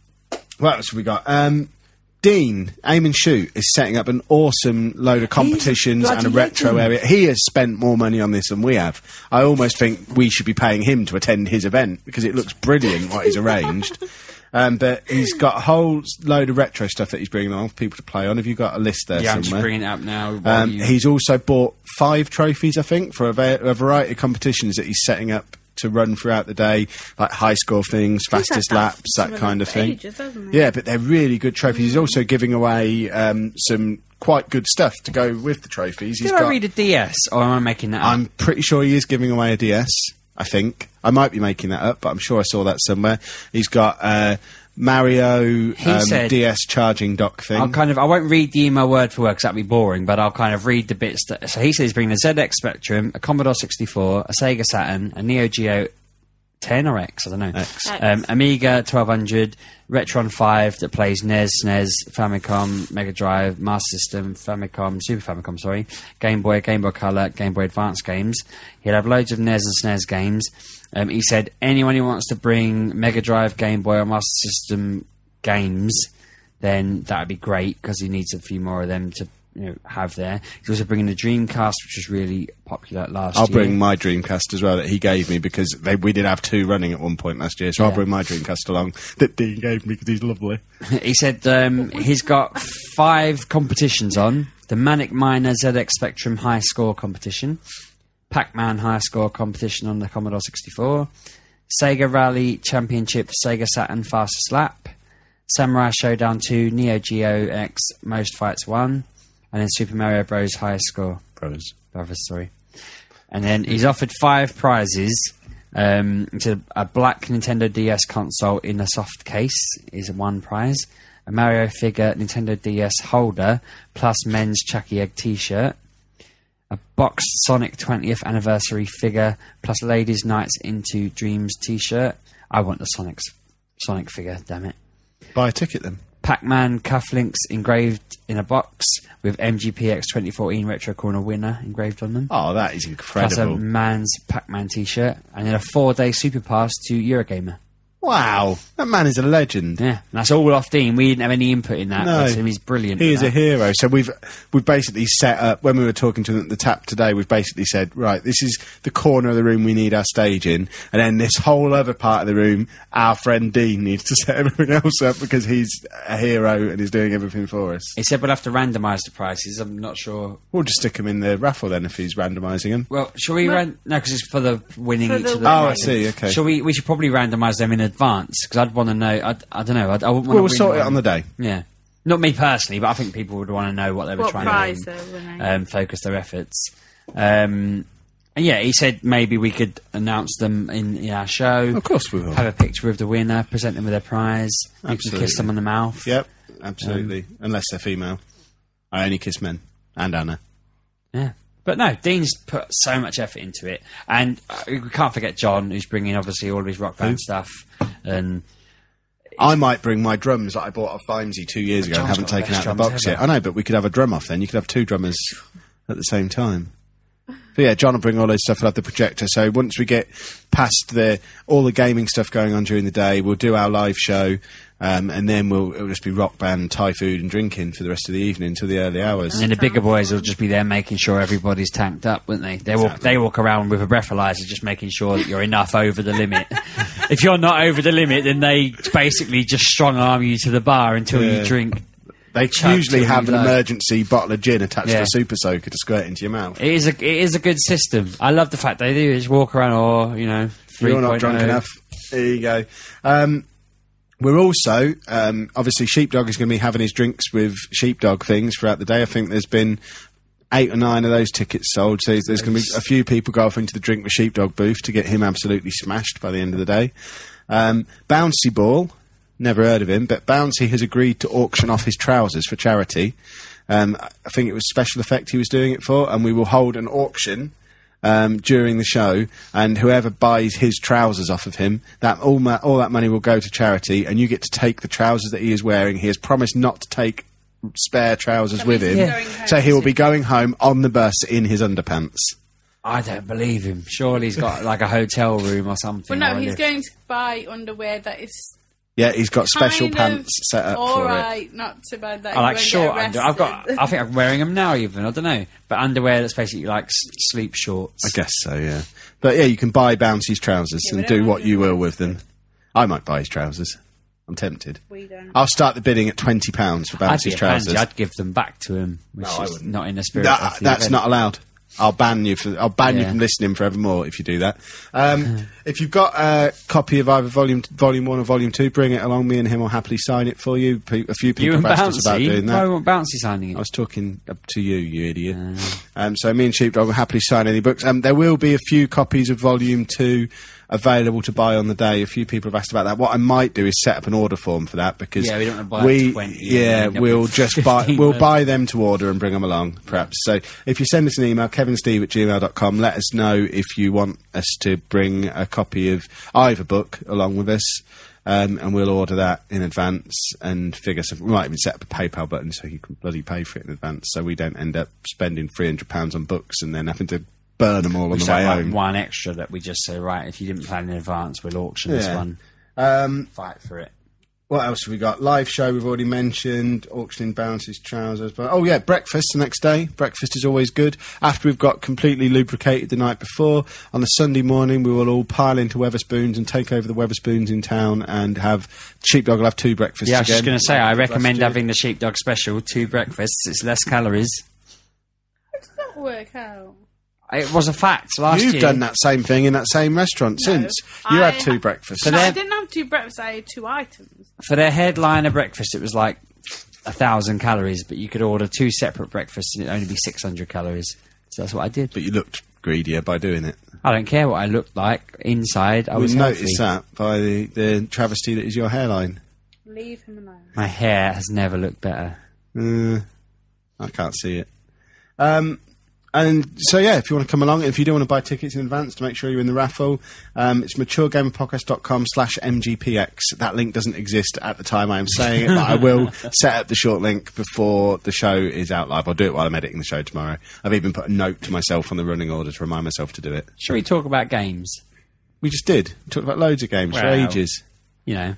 S1: what else have we got? Um, Dean, Aim and Shoot, is setting up an awesome load of competitions and
S2: bloody
S1: a retro
S2: legend.
S1: area. He has spent more money on this than we have. I almost think we should be paying him to attend his event because it looks brilliant what he's arranged. Um, but he's got a whole s- load of retro stuff that he's bringing on for people to play on. Have you got a list there
S2: Yeah, I'm
S1: somewhere?
S2: just bringing it up now. while
S1: Um,
S2: you-
S1: He's also bought five trophies, I think, for a, va- a variety of competitions that he's setting up to run throughout the day, like high score things,
S3: He's had
S1: fastest
S3: that
S1: laps,
S3: some
S1: that
S3: of
S1: kind
S3: them
S1: of
S3: for
S1: thing.
S3: ages, hasn't he? Hmm.
S1: yeah, but they're really good trophies. He's also giving away um, some quite good stuff to go with the trophies. He's
S2: Did
S1: got,
S2: I read a DS or am I making that up?
S1: I'm pretty sure he is giving away a DS. I think I might be making that up, but I'm sure I saw that somewhere. He's got uh, Mario um,
S2: said-
S1: DS charging dock thing.
S2: I'll kind of I won't read the email word for word 'cause that'd be boring, but I'll kind of read the bits that. So he said he's bringing a ZX Spectrum, a Commodore 64, a Sega Saturn, a Neo Geo 10 or X, I don't know,
S1: X.
S3: X.
S2: Um, Amiga 1200, Retron 5 that plays E NES, SNES, Famicom, Mega Drive, Master System, Famicom, Super Famicom, sorry, Game Boy, Game Boy Color, Game Boy Advance games. He'll have loads of NES and SNES games. Um, he said anyone who wants to bring Mega Drive, Game Boy, or Master System games, then that'd be great because he needs a few more of them to you know, have there. He's also bringing the Dreamcast, which was really popular last
S1: I'll
S2: year.
S1: bring my Dreamcast as well that he gave me because they, we did have two running at one point last year. So I'll
S2: Yeah.
S1: bring my Dreamcast along that Dean gave me because he's lovely.
S2: He said um, he's got five competitions on the Manic Miner ZX Spectrum High Score competition, Pac Man High Score competition on the Commodore 64, Sega Rally Championship Sega Saturn Fastest Lap, Samurai Showdown 2, Neo Geo X Most Fights 1, and then Super Mario Bros. High Score.
S1: Brothers.
S2: Brothers, sorry. And then he's offered five prizes. Um, to a black Nintendo DS console in a soft case is one prize. A Mario figure Nintendo DS holder plus men's Chucky Egg T-shirt. A boxed Sonic 20th anniversary figure plus Ladies Nights into Dreams T-shirt. I want the Sonic's Sonic figure. Damn it.
S1: Buy a ticket then.
S2: Pac-Man cufflinks engraved in a box with MGPX 2014 Retro Corner winner engraved on them.
S1: Oh, that is
S2: That's a
S1: incredible.
S2: man's Pac-Man T-shirt, and then a four-day super pass to Eurogamer.
S1: wow. That man is a legend.
S2: Yeah, and that's all off Dean. We didn't have any input in that.
S1: No.
S2: but Tim is brilliant.
S1: He
S2: at
S1: is a
S2: that.
S1: hero. So we've we've basically set up when we were talking to them at the tap today. We've basically said, right, this is the corner of the room we need our stage in, and then this whole other part of the room, our friend Dean needs to set everything else up because he's a hero and he's doing everything for us.
S2: He said we'll have to randomise the prices. I'm not sure.
S1: We'll just stick him in the raffle then if he's randomising him.
S2: Well, shall we
S3: Well-
S2: ran? No, because it's for the winning
S3: For
S2: each
S3: the
S2: of the.
S3: winning.
S1: Oh, I
S2: prizes.
S1: see, okay.
S2: Shall we? We should probably randomise them in advance because I'd want to know. I'd, I don't know. I'd, I wouldn't want
S1: We'll, we'll sort it on the day.
S2: Yeah, not me personally, but I think people would want to know what they were
S3: What
S2: trying
S3: prize
S2: to
S3: they were
S2: win,
S3: winning.
S2: um, focus their efforts. Um, and yeah, he said maybe we could announce them in, in our show.
S1: Of course we will.
S2: Have a picture of the winner, present them with their prize. You can
S1: Absolutely.
S2: kiss them on the mouth.
S1: Yep, absolutely. Unless they're female. I only kiss men and Anna.
S2: Yeah. But no, Dean's put so much effort into it, and uh, we can't forget John, who's bringing obviously all of his rock band stuff. And
S1: I might bring my drums that I bought off Vimesy two years ago and haven't
S2: John's got the
S1: taken out
S2: best
S1: the
S2: drums
S1: box
S2: ever.
S1: yet. I know, but we could have a drum off then. You could have two drummers at the same time. So yeah, John will bring all his stuff. We'll have the projector. So once we get past the all the gaming stuff going on during the day, we'll do our live show, um, and then we'll it'll just be rock band, Thai food, and drinking for the rest of the evening until the early hours.
S2: And then the bigger boys will just be there making sure everybody's tanked up, won't they? They walk, they walk around with a breathalyzer, just making sure that you're enough over the limit. if you're not over the limit, then they basically just strong arm you to the bar until
S1: Yeah.
S2: you drink.
S1: They
S2: Chuck
S1: usually
S2: till
S1: have
S2: you
S1: an
S2: low.
S1: emergency bottle of gin attached to
S2: Yeah.
S1: a super soaker to squirt into your mouth.
S2: It is a it is a good system. I love the fact they do just walk around or you know. oh.
S1: You're not drunk
S2: 3.0.
S1: enough. There you go. Um, we're also um, obviously Sheepdog is going to be having his drinks with Sheepdog things throughout the day. I think there's been eight or nine of those tickets sold. So there's going to be a few people go off into the drink with Sheepdog booth to get him absolutely smashed by the end of the day. Um, Bouncy Ball, never heard of him, but Bouncy has agreed to auction off his trousers for charity. Um, I think it was special effect he was doing it for, and we will hold an auction um, during the show, and whoever buys his trousers off of him, that all ma- all that money will go to charity, and you get to take the trousers that he is wearing. He has promised not to take spare trousers
S3: That
S1: with
S3: means
S1: him,
S3: he's going home
S1: so he will be
S3: soon.
S1: going home on the bus in his underpants.
S2: I don't believe him. Surely he's got like a hotel room or
S3: Well,
S2: something.
S3: no,
S2: or a
S3: he's
S2: lift.
S3: going to buy underwear that is
S1: Yeah, he's got special
S3: kind of
S1: pants set up
S3: all
S1: for it.
S3: right, not too bad. That
S2: I
S3: you
S2: like
S3: won't get
S2: short under. I've got.
S3: arrested.
S2: I think I'm wearing them now. Even I don't know, but underwear that's basically like s- sleep shorts.
S1: I guess so, yeah. But yeah, you can buy Bouncy's trousers
S3: Yeah, we
S1: and
S3: don't
S1: do
S3: have
S1: what
S3: to.
S1: you will with them. I might buy his trousers. I'm tempted.
S3: we don't.
S1: I'll start the bidding at twenty pounds for
S2: I'd
S1: Bouncy's
S2: be a
S1: trousers.
S2: pansy. I'd give them back to him, which
S1: No, I
S2: is
S1: wouldn't.
S2: not in the spirit.
S1: That-
S2: of the
S1: that's
S2: event.
S1: not allowed. I'll ban you for. I'll ban you
S2: Yeah.
S1: from listening forevermore if you do that. Um, if you've got a copy of either volume volume one or volume two, bring it along. Me and him will happily sign it for you. Pe- A few
S2: You
S1: people
S2: and
S1: have asked us about
S2: Bouncy.
S1: doing
S2: Why
S1: that.
S2: won't Bouncy signing
S1: I
S2: it?
S1: was talking up to you, you idiot.
S2: Ah.
S1: Um, so me and Sheepdog will happily sign any books. Um, there will be a few copies of Volume Two available to buy on the day. A few people have asked about that. What I might do is set up an order form for that because
S2: Yeah, we don't wanna buy
S1: we-
S2: 20 and
S1: yeah,
S2: end up
S1: we'll
S2: with
S1: just buy
S2: 15
S1: we'll
S2: loads.
S1: buy them to order and bring them along, perhaps. So if you send us an email, kevinsteve at gmail.com, let us know if you want us to bring a copy of either book along with us. Um, and we'll order that in advance and figure something. We might even set up a PayPal button so you can bloody pay for it in advance so we don't end up spending £300 on books and then having to burn them all on the
S2: Just
S1: way
S2: like
S1: home.
S2: one extra that we just say, right? If you didn't plan in advance, we'll auction this
S1: Yeah.
S2: one.
S1: Um,
S2: Fight for it.
S1: what else have we got? Live show we've already mentioned. Auctioning bounces, trousers. But oh yeah, breakfast the next day. Breakfast is always good. After we've got completely lubricated the night before, on the Sunday morning we will all pile into Weatherspoons and take over the Weatherspoons in town and have sheepdog will have two breakfasts.
S2: Yeah, I was just
S1: again.
S2: going to say, I
S1: Last
S2: recommend
S1: year.
S2: having the sheepdog special, two breakfasts. It's less calories.
S3: Does that work out?
S2: It was a fact last
S1: You've
S2: year.
S1: done that same thing in that same restaurant since. You
S3: I
S1: had two
S3: ha-
S1: breakfasts.
S3: no, I
S2: they're-
S3: didn't have two breakfasts. I had two items.
S2: for their headliner breakfast, it was like a thousand calories, but you could order two separate breakfasts and it'd only be six hundred calories. So that's what I did.
S1: but you looked greedier by doing it.
S2: I don't care what I looked like inside. I
S1: We
S2: was healthy.
S1: noticed that by the, the travesty that is your hairline.
S3: Leave him alone.
S2: My hair has never looked better.
S1: Uh, I can't see it. Um, and so, yeah, if you want to come along, if you do want to buy tickets in advance to make sure you're in the raffle, um, it's maturegamepodcast.com slash mgpx. That link doesn't exist at the time I am saying it, but I will set up the short link before the show is out live. I'll do it while I'm editing the show tomorrow. I've even put a note to myself on the running order to remind myself to do it.
S2: Shall we talk about games?
S1: We just did. We talked about loads of games for
S2: Wow.
S1: ages.
S2: You know,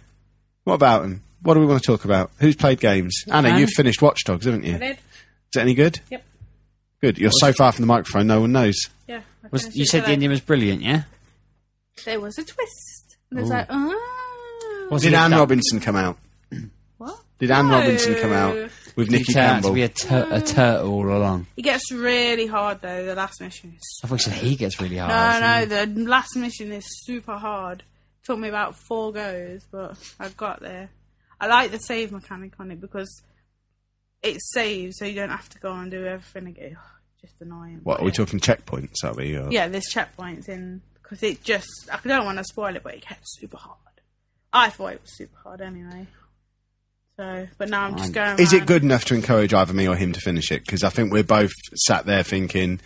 S1: What about them? What do we want to talk about? Who's played games? Anna,
S2: Anna.
S1: you've finished Watch Dogs, haven't you?
S3: I
S1: Is
S3: did.
S1: it any good?
S3: Yep.
S1: Good. You're so far from the microphone, no one knows.
S3: Yeah. I
S2: was,
S3: finished
S2: you
S3: it
S2: said the
S3: today.
S2: ending was brilliant, yeah?
S3: There was a twist. And I was like, oh.
S2: Was
S1: Did
S2: it
S1: Anne
S2: that-
S1: Robinson come out?
S3: What?
S1: Did Anne
S3: No.
S1: Robinson come out with
S2: You
S1: Nicky
S2: turned out to
S1: Campbell?
S2: be a, tur- a turtle all along.
S3: It gets really hard though. The last mission is.
S2: I thought you said he gets really hard.
S1: Ah,
S3: No, no. The last mission is super hard. Took me about four goes, but I got there. I like the save mechanic on it because it saves, so you don't have to go and do everything again. Just annoying.
S1: What
S3: but
S1: are we
S3: yeah.
S1: talking checkpoints? Are we? Or?
S3: Yeah, there's checkpoints in because it just. I don't want to spoil it, but it gets super hard. I thought it was super hard anyway. So, but now I'm just going.
S1: Is it
S3: around.
S1: good enough to encourage either me or him to finish it? Because I think we're both sat there thinking,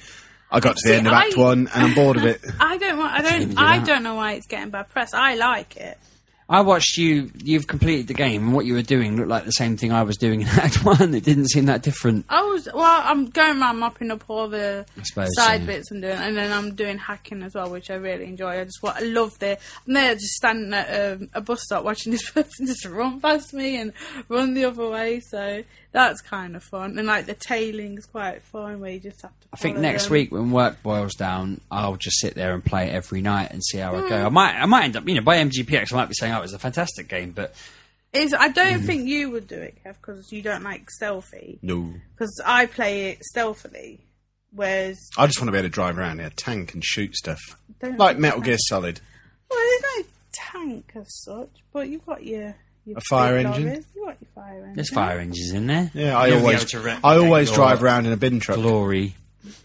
S1: I got to the
S3: See,
S1: end of Act
S3: I-
S1: One and I'm bored of it.
S3: I don't want. I
S2: even
S3: don't.
S2: do
S3: I
S2: that.
S3: don't know why it's getting bad press. I like it.
S2: I watched you. You've completed the game, and what you were doing looked like the same thing I was doing in Act One. It didn't seem that different.
S3: I was well. I'm going around mopping up all the
S2: suppose,
S3: side
S2: yeah.
S3: bits and doing, and then I'm doing hacking as well, which I really enjoy. I just what I love the. I'm there just standing at um, a bus stop watching this person just run past me and run the other way. So that's kind of fun, and like the tailing's quite fun where you just have to.
S2: I think next week when work boils down, I'll just sit there and play it every night and see how I go. I might, I might end up, you know, by MGPX, I might be saying, "Oh, it was a fantastic game," but
S3: is I don't
S2: Mm-hmm.
S3: think you would do it, Kev, because you don't like stealthy.
S1: No.
S3: Because I play it stealthily, whereas
S1: I just want to be able to drive around in a tank and shoot stuff.
S3: Don't-
S1: Like Metal Gear Solid.
S3: Well, there's no tank as such, but you've got your, your
S1: A fire
S3: big
S1: engine?
S3: lorries, You've got your fire engine.
S2: there's fire engines in there.
S1: Yeah, I
S2: You'll be able
S1: always
S2: to replicate
S1: I always
S2: your
S1: drive around in a bin truck.
S2: Glory.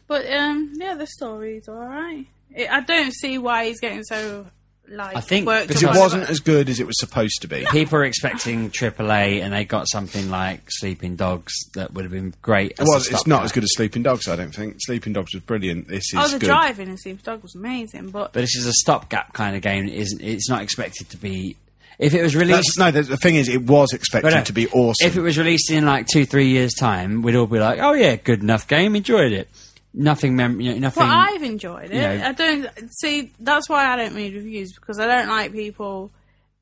S3: But um, yeah, the story's all right. It, I don't see why he's getting so like
S2: I think
S3: worked
S2: because
S1: It
S3: up
S1: wasn't
S3: about-
S1: as good as it was supposed to be.
S2: People are expecting AAA, and they got something like Sleeping Dogs that would have been great. As
S1: Well,
S2: a
S1: it's not
S2: stopgap.
S1: as good as Sleeping Dogs, I don't think. Sleeping Dogs was brilliant. This is
S3: Oh, the
S1: good.
S3: driving in Sleeping Dog was amazing, but,
S2: but this is a stopgap kind of game. It isn't it's not expected to be? If it was released,
S1: That's, no, the, the thing is, it was expected
S2: But, uh,
S1: to be awesome.
S2: If it was released in like two, three years' time, we'd all be like, "Oh yeah, good enough game, enjoyed it." Nothing, mem- you know, nothing.
S3: but I've enjoyed it.
S2: Yeah.
S3: I don't see. That's why I don't read reviews because I don't like people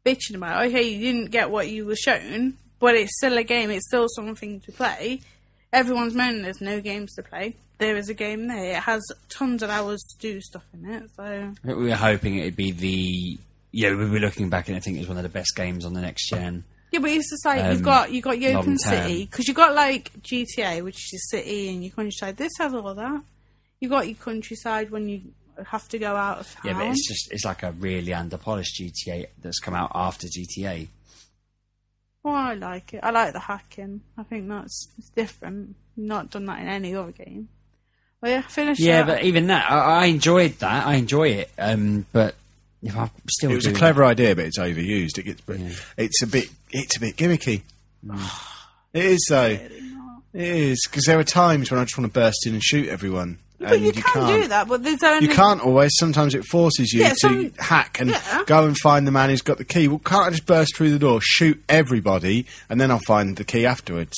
S3: bitching about. Okay, you didn't get what you were shown, but it's still a game. It's still something to play. Everyone's moaning there's no games to play. There is a game there. It has tons of hours to do stuff in it. So
S2: I think we were hoping it'd be the. Yeah, we'd be looking back and I think it was one of the best games on the next gen.
S3: Yeah, but it's just like
S2: Um,
S3: you've got you got your
S2: long
S3: open city
S2: term.
S3: because you got like GTA, which is city and your countryside. This has all that. You got your countryside when you have to go out of town.
S2: Yeah, but it's just it's like a really underpolished GTA that's come out after GTA.
S3: Oh, I like it. I like the hacking. I think that's it's different. Not done that in any other game. Well, yeah, finish.
S2: Yeah,
S3: that.
S2: but even that, I, I enjoyed that. I enjoy it, um, but if I still
S1: It was a
S2: do-
S1: clever idea, but it's overused. It gets,
S2: Mm.
S1: it's a bit, it's a bit gimmicky. it is though. It is because there are times when I just want to burst in and shoot everyone,
S3: But
S1: and
S3: you, can
S1: not
S3: do that. But there's only
S1: um, You can't always. Sometimes it forces you
S3: Yeah,
S1: to
S3: some-
S1: hack and
S3: yeah.
S1: go and find the man who's got the key. Well, can't I just burst through the door, shoot everybody, and then I'll find the key afterwards?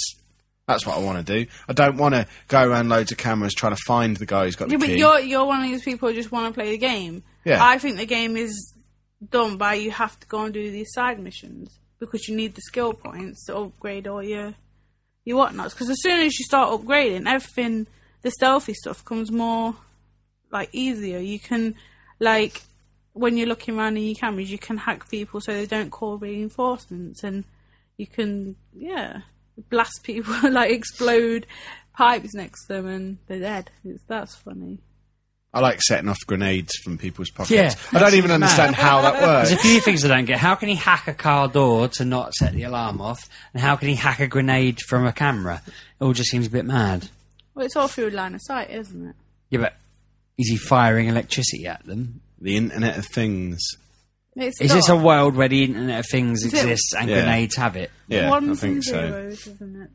S1: That's what I want to do. I don't want to go around loads of cameras trying to find the guy who's got
S3: Yeah,
S1: the
S3: but
S1: key.
S3: you're you're one of these people who just want to play the game.
S1: Yeah.
S3: I think the game is done by you have to go and do these side missions because you need the skill points to upgrade all your your whatnots. Because as soon as you start upgrading, everything the stealthy stuff comes more like easier. You can like when you're looking around in your cameras, you can hack people so they don't call reinforcements, and you can yeah blast people like explode pipes next to them and they're dead. It's, that's funny.
S1: I like setting off grenades from people's pockets.
S2: Yeah.
S1: I don't even understand how that works.
S2: There's a few things I don't get. How can he hack a car door to not set the alarm off? And how can he hack a grenade from a camera? It all just seems a bit mad.
S3: Well, it's all through line of sight, isn't it?
S2: Yeah, but is he firing electricity at them?
S1: The Internet of Things.
S3: It's
S2: Is this a
S3: got
S2: world where the Internet of Things
S3: it-
S2: exists and
S1: Yeah.
S2: grenades have it?
S1: Yeah, I
S3: ones
S1: think
S3: and
S1: so.
S3: zeros, isn't it?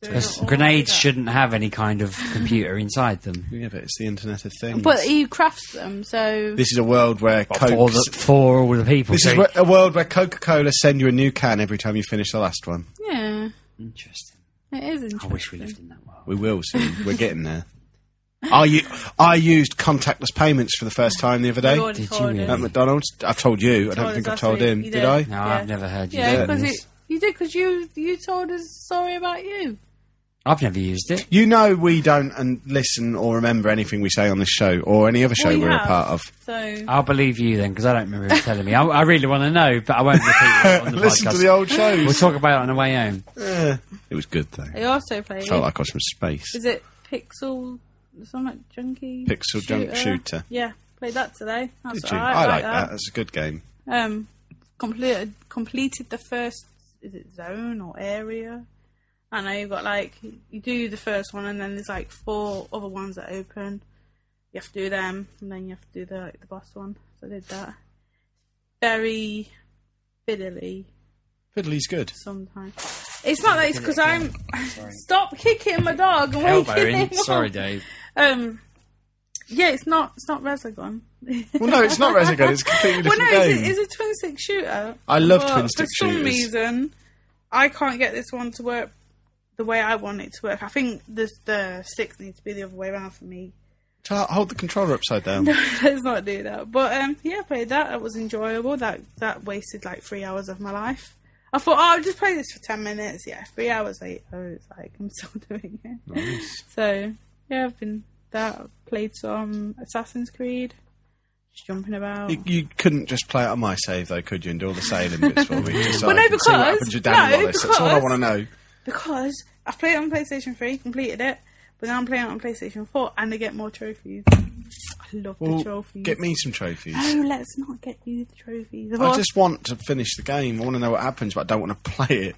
S3: They're
S2: Because
S3: not all
S2: grenades
S3: like that.
S2: shouldn't have any kind of computer inside them.
S1: Yeah, but it's the Internet of Things.
S3: But e- he crafts them, so
S1: this is a world where Coke.
S2: For, the, for all the people.
S1: This is
S2: So-
S1: where- a world where Coca-Cola send you a new can every time you finish the last one.
S3: yeah,
S2: Interesting.
S3: it is
S2: I
S3: interesting.
S2: wish we lived in that world.
S1: We will soon. We're getting there. I, u- I used contactless payments for the first time the other
S3: You
S1: day
S3: already
S2: Did you
S3: told
S2: really?
S3: us.
S1: at McDonald's. I've told you. I
S3: Told
S1: don't think
S3: us
S1: I've
S3: last
S1: told
S3: week.
S1: him.
S3: You
S1: Did,
S3: did.
S1: I?
S2: No,
S3: Yeah.
S2: I've never heard you
S3: Yeah,
S2: do
S3: because
S2: this.
S3: you did because you you told us a story about you.
S2: I've never used it.
S1: You know we don't and listen or remember anything we say on this show or any other show
S3: you
S1: we're
S3: have.
S1: a part of.
S3: So
S2: I'll believe you then, because I don't remember you telling me. I, I really want to know, but I won't repeat it on the
S1: Listen
S2: podcast.
S1: to the old
S2: We'll
S1: shows.
S2: talk about it on the way home.
S1: It was good though.
S3: I also played.
S1: Felt like I was from space.
S3: Is it Pixel? Something junkie.
S1: Pixel Junk Shooter.
S3: Yeah, played that today. That's
S1: Did you?
S3: alright,
S1: I like that. That's a good game.
S3: um completed completed the first is it zone or area i know you've got like you do the first one and then there's like four other ones that open you have to do them and then you have to do the the boss one so i did that very fiddly
S1: Fiddly's good.
S3: sometimes it's not that it's because i'm stop kicking my dog and waking
S2: Elbow
S3: him
S2: in.
S3: up.
S2: Sorry, Dave.
S3: Um, Yeah, it's not. It's not Resogun.
S1: Well, no, it's not Resogun. It's a completely
S3: well,
S1: different
S3: no, it's
S1: game.
S3: a, it's a twin stick shooter.
S1: I love
S3: but
S1: twin stick
S3: For some
S1: shooters.
S3: reason, I can't get this one to work the way I want it to work. I think the the sticks need to be the other way around for me.
S1: Shall I hold the controller upside down.
S3: Let's not do that. But um, yeah, I played that. That was enjoyable. That that wasted like three hours of my life. I thought, oh, I'll just play this for ten minutes. Yeah, three hours later, it's like I'm still doing it. So yeah, I've been that. I've played some Assassin's Creed. Just jumping about.
S1: You, you couldn't just play it on my save though, could you? And do all the saving bits for me. Just so
S3: Well,
S1: I
S3: no,
S1: can see what
S3: because-
S1: happens with Danny
S3: no,
S1: Wallace. That's all I
S3: because-
S1: want to know.
S3: because I played it on PlayStation 3, completed it, but now I'm playing it on PlayStation 4 and I get more trophies. I love the
S1: Well,
S3: trophies.
S1: get me some trophies.
S3: No, let's not get you the trophies. I've
S1: I
S3: al-
S1: just want to finish the game. I want to know what happens, but I don't want to play it.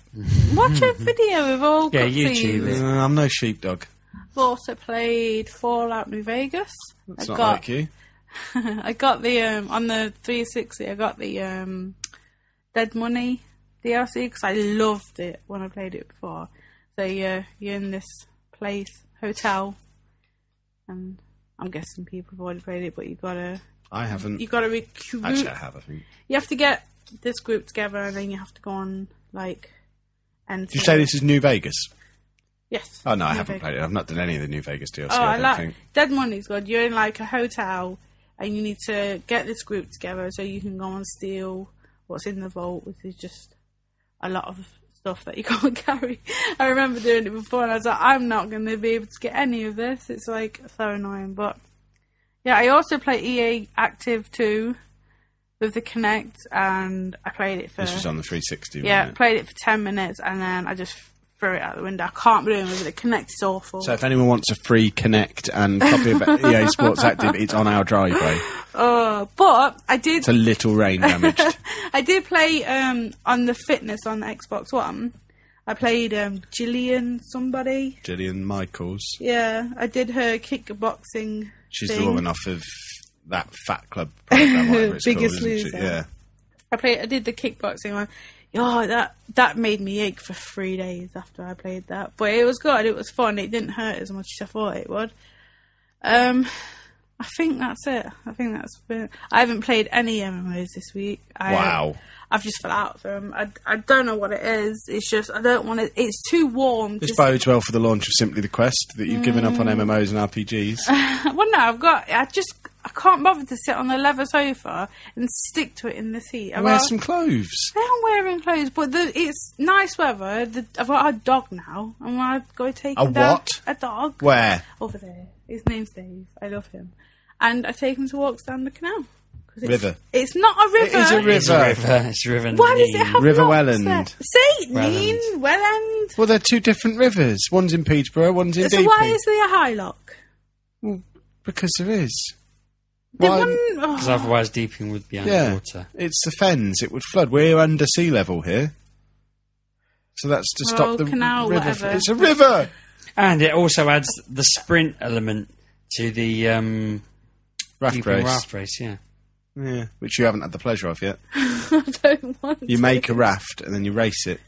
S3: watch
S1: Hmm.
S3: a video of all
S2: Yeah,
S3: cutscenes.
S2: YouTube it.
S1: Uh, I'm no sheepdog.
S3: I've also played Fallout New Vegas.
S1: It's
S3: I
S1: not
S3: got
S1: like you.
S3: I got the um on the 360. I got the um Dead Money DLC because I loved it when I played it before. So you're you're in this place hotel, and I'm guessing people have already played it, but you gotta
S1: I haven't.
S3: you gotta recruit.
S1: Actually, I have. I think.
S3: you have to get this group together, and then you have to go on like. And
S1: Did you say this is New Vegas?
S3: Yes.
S1: Oh no, I
S3: New
S1: haven't
S3: Vegas.
S1: played it. I've not done any of the New Vegas DLC.
S3: Oh,
S1: I
S3: I,
S1: don't
S3: like
S1: think.
S3: Dead Money's good. You're in like a hotel, and you need to get this group together so you can go and steal what's in the vault, which is just a lot of stuff that you can't carry. I remember doing it before, and I was like, I'm not going to be able to get any of this. It's like so annoying, but yeah, I also play EA Active Two with the Connect, and I played it for
S1: This was on the 360.
S3: yeah,
S1: Wasn't it?
S3: played it for ten minutes, and then I just threw it out the window. I can't be doing it. The Connect is awful.
S1: So if anyone wants a free Connect and copy of EA Sports Active, it's on our driveway.
S3: Uh, but I did
S1: It's a little rain damaged.
S3: I did play um, on the fitness on the Xbox One. I played um, Gillian somebody.
S1: Gillian Michaels.
S3: Yeah, I did her kickboxing.
S1: She's
S3: thing.
S1: the woman off of that Fat Club program, whatever it's
S3: Biggest
S1: called, isn't
S3: Loser.
S1: she? Yeah.
S3: I played. I did the kickboxing one. Oh, that that made me ache for three days after I played that. But it was good. It was fun. It didn't hurt as much as I thought it would. Um, I think that's it. I think that's been. I haven't played any MMOs this week. I,
S1: Wow.
S3: I've just fell out of them. I, I don't know what it is. It's just I don't want to. It's too warm.
S1: This
S3: Just,
S1: bodes well for the launch of Simply the Quest that you've given up
S3: Mm.
S1: on MMOs and
S3: Uh,
S1: RPGs.
S3: well, no, I've got. I just I can't bother to sit on the leather sofa and stick to it in this heat. I've
S1: Wear
S3: al-
S1: some clothes.
S3: I am wearing clothes, but the, it's nice weather. The, I've got a dog now, and when I go take
S1: A
S3: him down,
S1: what?
S3: A dog
S1: Where?
S3: over there. His name's Dave. I love him, and I take him to walks down the canal. 'Cause it's-
S1: River.
S3: It's not a river.
S1: is a river.
S2: It's a river. It's a river.
S3: Why does it have
S1: River
S3: locks
S1: Welland.
S3: there? Say it, Neen. Welland.
S1: Well, they're two different rivers. One's in Peterborough, one's in
S3: So
S1: Deeping.
S3: why is there a high lock?
S1: Well, because there is.
S3: The
S1: Why-
S3: one,
S2: Because
S3: oh,
S2: otherwise, Deeping would be
S1: Yeah,
S2: underwater.
S1: it's the fens. It would flood. We're under sea level here, so that's to stop
S3: Oh,
S1: the
S3: canal,
S1: river.
S3: whatever.
S1: It's a river.
S2: And it also adds the sprint element to the um,
S1: Raft
S2: Deeping
S1: race,
S2: raft race. Yeah.
S1: yeah, which you haven't had the pleasure of yet.
S3: I don't want
S1: You
S3: to.
S1: make a raft and then you race it.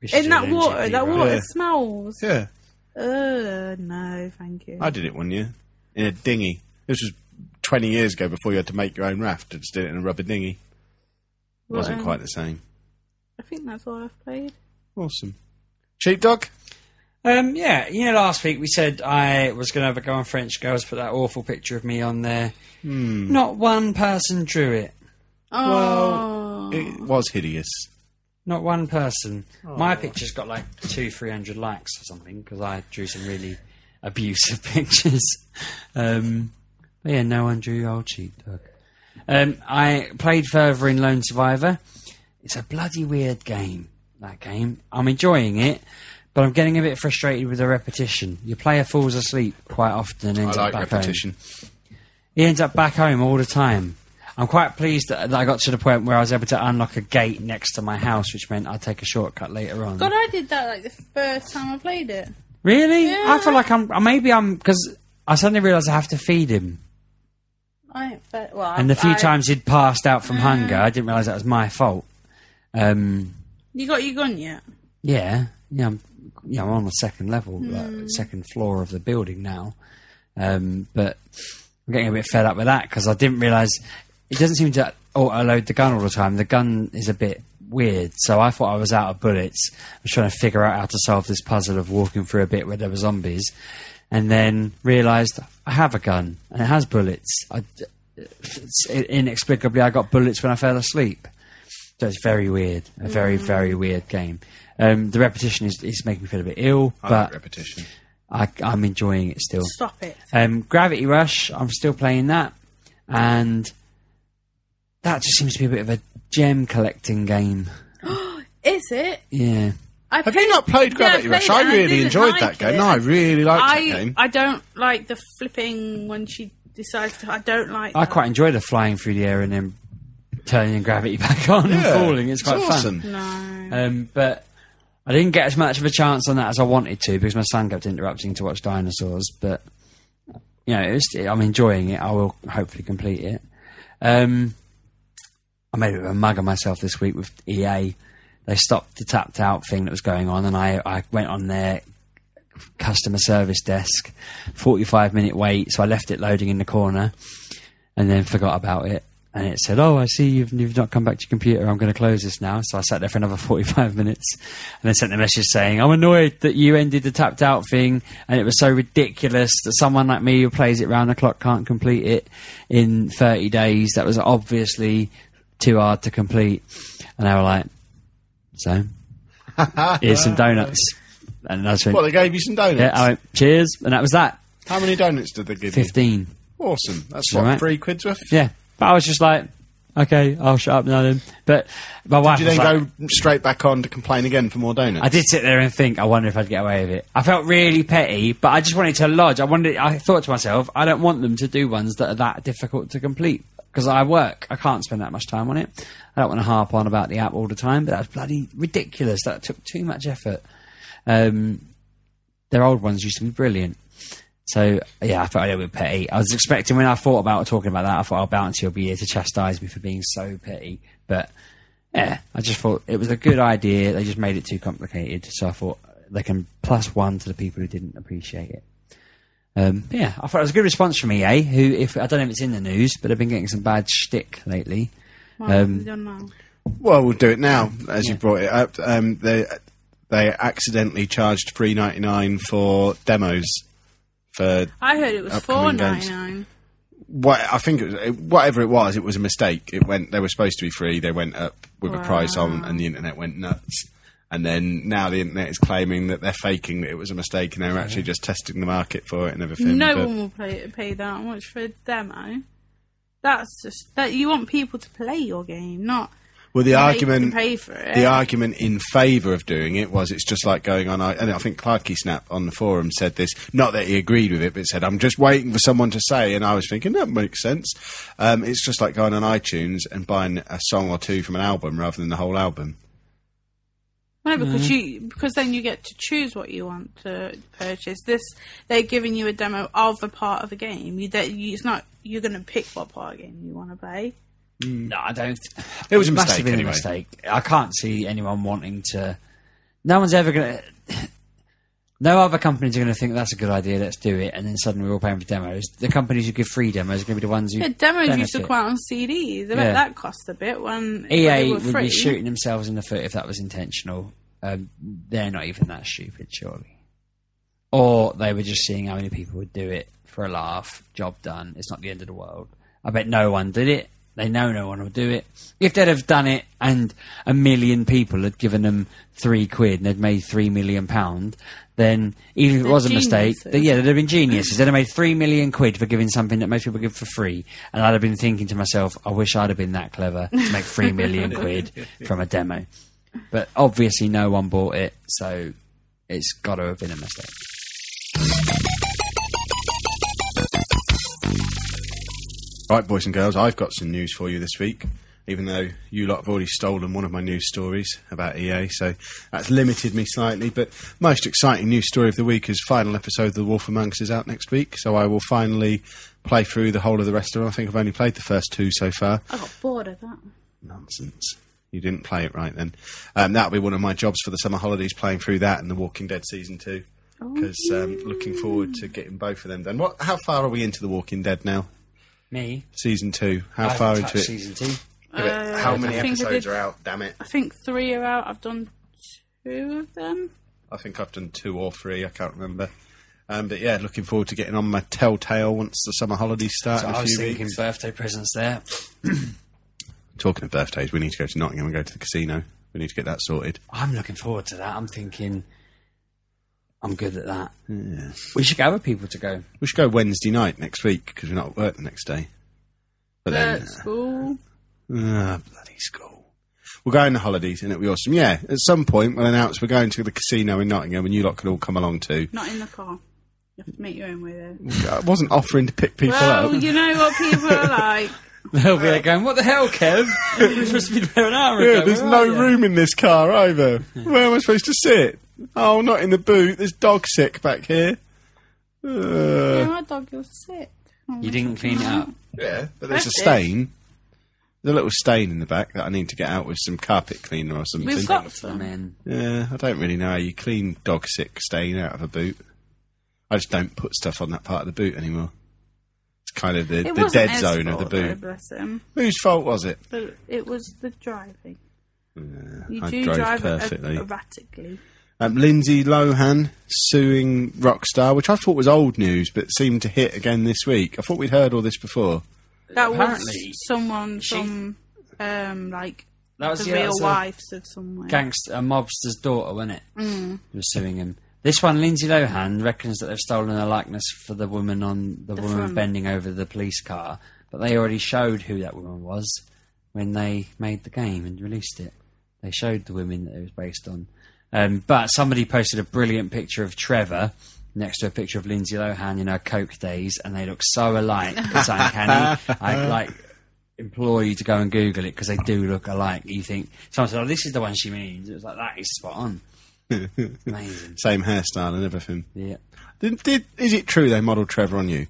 S2: We should
S3: in
S2: do
S3: that
S2: an
S3: water.
S2: MGP
S3: That
S2: raft.
S3: water
S1: Yeah.
S3: smells.
S1: Yeah,
S3: Ugh, no, thank you.
S1: I did it one year in a dinghy. This was twenty years ago before you had to make your own raft. I just did it in a rubber dinghy. It
S3: But,
S1: wasn't
S3: um,
S1: quite the same.
S3: I think that's all I've played.
S1: Awesome. Sheepdog.
S2: Um, yeah, you know, last week we said I was going to have a go on French girls, put that awful picture of me on there. Not one person drew it.
S3: Oh,
S1: It was hideous.
S2: Not one person. My picture's got like two, three hundred likes or something because I drew some really abusive pictures. Um, but yeah, no one drew old sheepdog. Um, I played further in Lone Survivor. It's a bloody weird game. That game. I'm enjoying it, but I'm getting a bit frustrated with the repetition. Your player falls asleep quite often. And
S1: I
S2: ends up
S1: like
S2: back home.
S1: repetition.
S2: He ends up back home all the time. I'm quite pleased that, that I got to the point where I was able to unlock a gate next to my house, which meant I'd take a shortcut later on.
S3: God, I did that like the first time I played it.
S2: Really?
S3: Yeah.
S2: I feel like I'm. uh, Maybe I'm because I suddenly realised I have to feed him.
S3: I ain't fed. Well,
S2: And the few
S3: I-
S2: times he'd passed out from hunger, I didn't realise that was my fault. Um,
S3: you got your gun yet?
S2: yeah, yeah, I'm, yeah. I'm on the second level, like, second floor of the building now. Um, but I'm getting a bit fed up with that because I didn't realise it doesn't seem to auto load the gun all the time. The gun is a bit weird, so I thought I was out of bullets. I was trying to figure out how to solve this puzzle of walking through a bit where there were zombies, and then realised I have a gun and it has bullets. I, it's- inexplicably, I got bullets when I fell asleep. So it's very weird, a very
S1: Mm.
S2: very weird game. Um, the repetition is, is making me feel a bit ill,
S1: I like
S2: but
S1: repetition.
S2: I, I'm enjoying it still.
S3: Stop it.
S2: Um, Gravity Rush, I'm still playing that, and that just seems to be a bit of a gem collecting game.
S3: Is it?
S2: Yeah,
S3: I
S1: Have you not played Gravity
S3: I
S1: Rush?
S3: played it
S1: I
S3: and I
S1: really
S3: didn't
S1: enjoyed
S3: like
S1: that game.
S3: it.
S1: No, I really liked that
S3: I
S1: game.
S3: I don't like the flipping when she decides to. I don't like.
S2: I
S3: that.
S2: quite enjoy the flying through the air and then turning gravity back on and
S1: Yeah,
S2: falling. It's quite fun.
S1: awesome.
S3: No.
S2: Um, but I didn't get as much of a chance on that as I wanted to because my son kept interrupting to watch dinosaurs. But you know, it's, I'm enjoying it. I will hopefully complete it. Um, I made a bit of a mug of myself this week with EA. They stopped the tapped out thing that was going on, and I, I went on their customer service desk. Forty five minute wait, so I left it loading in the corner and then forgot about it. And it said, "Oh, I see you've, you've not come back to your computer. I'm going to close this now." So I sat there for another 45 minutes, and then sent a message saying, "I'm annoyed that you ended the tapped out thing, and it was so ridiculous that someone like me who plays it round the clock can't complete it in 30 days. That was obviously too hard to complete." And they were like, "So, here's some donuts." And I just went,
S1: Well, they gave you some donuts.
S2: "Yeah." I went, "Cheers," and that was that.
S1: How many donuts did they give
S2: 15.
S1: you? Awesome. That's
S2: all
S1: what
S2: right.
S1: three quid's worth.
S2: Yeah, but I was just like, okay, I'll shut up now then. But my wife,
S1: Did you
S2: was
S1: then
S2: like-
S1: go straight back on to complain again for more donuts?
S2: I did sit there and think, I wonder if I'd get away with it. I felt really petty, but I just wanted to lodge. I wanted. I thought to myself, I don't want them to do ones that are that difficult to complete because I work. I can't spend that much time on it. I don't want to harp on about the app all the time, but that's bloody ridiculous. That took too much effort. Um, their old ones used to be brilliant. So yeah, I felt a little bit petty. I was expecting when I thought about talking about that, I thought, "Oh, Bounty will be here to chastise me for being so petty." But yeah, I just thought it was a good idea. They just made it too complicated, so I thought they can plus one to the people who didn't appreciate it. Um, but yeah, I thought it was a good response from EA, who, if I don't know if it's in the news, but they've been getting some bad shtick lately.
S3: Well,
S2: um,
S3: we don't know.
S1: Well, we'll do it now
S2: Mm,
S1: as you brought it up. Um, they they accidentally charged three ninety nine for demos for
S3: I heard it was four
S1: upcoming games.
S3: ninety nine.
S1: what I think it was it- whatever it was. It was a mistake. It went. They were supposed to be free. They went up with a price on, and the internet went nuts. And then now the internet is claiming that they're faking that it was a mistake, and they were actually just testing the market for it and everything.
S3: No
S1: but-
S3: one will pay, pay that much for a demo. That's just that you want people to play your game, not
S1: well, the
S3: make them
S1: argument
S3: pay for it.
S1: the argument in favour of doing it was it's just like going on. I- And I think Clarkey Snap on the forum said this, not that he agreed with it, but said, I'm just waiting for someone to say. And I was thinking, that makes sense. Um, it's just like going on iTunes and buying a song or two from an album rather than the whole album.
S3: No,
S1: Mm.
S3: because you because then you get to choose what you want to purchase. This they're giving you a demo of a part of the game. You, that you it's not you're going to pick what part of the game you want to play.
S2: No, I don't.
S1: It was a
S2: must
S1: mistake
S2: have been
S1: anyway.
S2: a mistake. I can't see anyone wanting to. No one's ever going to. No other companies are going to think that's a good idea. Let's do it, and then suddenly we're all paying for demos. The companies who give free demos are going to be the ones who.
S3: Yeah, demos used to
S2: benefit.
S3: come out on CDs. I bet
S2: Yeah.
S3: that cost a bit when
S1: E
S3: when they
S2: EA
S3: were
S2: would
S3: free.
S2: be shooting themselves in the foot if that was intentional. Um, they're not even that stupid, surely. Or they were just seeing how many people would do it for a laugh. Job done. It's not the end of the world. I bet no one did it. They know no one will do it. If they'd have done it and a million people had given them three quid and they'd made three million pound, then even if it
S3: They're
S2: was a mistake,
S3: geniuses.
S2: th- yeah, they'd have been geniuses. They'd have made three million quid for giving something that most people give for free. And I'd have been thinking to myself, I wish I'd have been that clever to make three million quid from a demo. But obviously, no one bought it, so it's got to have been a mistake.
S1: Right, boys and girls, I've got some news for you this week. Even though you lot have already stolen one of my news stories about EA, so that's limited me slightly. But most exciting news story of the week is final episode of The Wolf Among Us is out next week, so I will finally play through the whole of the rest of it. I think I've only played the first two so far.
S3: I got bored of that.
S1: Nonsense. You didn't play it right then. Um, that'll be one of my jobs for the summer holidays, playing through that and The Walking Dead season two. Because um, looking forward to getting both of them done. What? How far are we into The Walking Dead now?
S2: Me.
S1: Season two. How
S2: I haven't
S1: far into
S2: touched
S1: it?
S2: Season two.
S1: Yeah, but how
S3: Uh,
S1: many
S3: I think I
S1: episodes
S3: did-
S1: are out? Damn it!
S3: I think three are out. I've done two of them.
S1: I think I've done two or three. I can't remember. Um, but yeah, looking forward to getting on my Telltale once the summer holidays start
S2: So
S1: in
S2: I
S1: a
S2: was
S1: few
S2: thinking
S1: weeks.
S2: birthday presents there.
S1: Talking of birthdays, we need to go to Nottingham and go to the casino. We need to get that sorted.
S2: I'm looking forward to that. I'm thinking I'm good at that. We should get other people to go.
S1: We should go Wednesday night next week because we're not at work the next day. But
S3: At
S1: then,
S3: school.
S1: Ah, bloody school. We'll go in the holidays and it'll be awesome. Yeah, at some point we'll announce we're going to the casino in Nottingham and you lot could all come along too.
S3: Not in the car. You have to make your own way there.
S1: I wasn't offering to pick people
S3: Well,
S1: up.
S3: you know what people are like.
S2: They'll be like going, "What the hell, Kev? You were supposed to be there an hour ago.
S1: Yeah, there's
S2: Where
S1: no
S2: are you?"
S1: room in this car either. Where am I supposed to sit? Oh, not in the boot. There's dog sick back here.
S3: You
S1: Uh,
S3: know what, dog? You're sick. Oh,
S2: You didn't clean it up.
S1: yeah, but there's a
S3: That's it.
S1: stain. There's a little stain in the back that I need to get out with some carpet cleaner or something.
S3: We've got
S2: I
S3: some.
S2: mean,
S1: Yeah, I don't really know how you clean dog sick stain out of a boot. I just don't put stuff on that part of the boot anymore. It's kind of the,
S3: It
S1: the
S3: wasn't
S1: dead
S3: his
S1: zone of
S3: fault,
S1: the
S3: though,
S1: boot.
S3: bless him.
S1: Whose fault was it?
S3: But it was the driving. you
S1: I
S3: do
S1: drove
S3: drive er-
S1: perfectly.
S3: erratically.
S1: Um, Lindsay Lohan suing Rockstar, which I thought was old news, but seemed to hit again this week. I thought we'd heard all this before.
S3: That
S2: Apparently,
S3: was someone
S2: she-
S3: from, um, like,
S2: That was
S3: the
S2: yeah, that
S3: real
S2: was a
S3: wives of someone.
S2: gangster, a mobster's daughter, wasn't it? Mm. Who was suing him. This one, Lindsay Lohan, reckons that they've stolen a likeness for the woman on the, woman
S3: front.
S2: bending over the police car, but they already showed who that woman was when they made the game and released it. They showed the women that it was based on. Um, but somebody posted a brilliant picture of Trevor next to a picture of Lindsay Lohan in her Coke days, and they look so alike. It's uncanny. I like implore you to go and Google it because they do look alike. You think someone said, "Oh, this is the one she means." It was like that is spot on. Amazing.
S1: Same hairstyle and everything.
S2: Yeah.
S1: Did, did, is it true they modelled Trevor on you?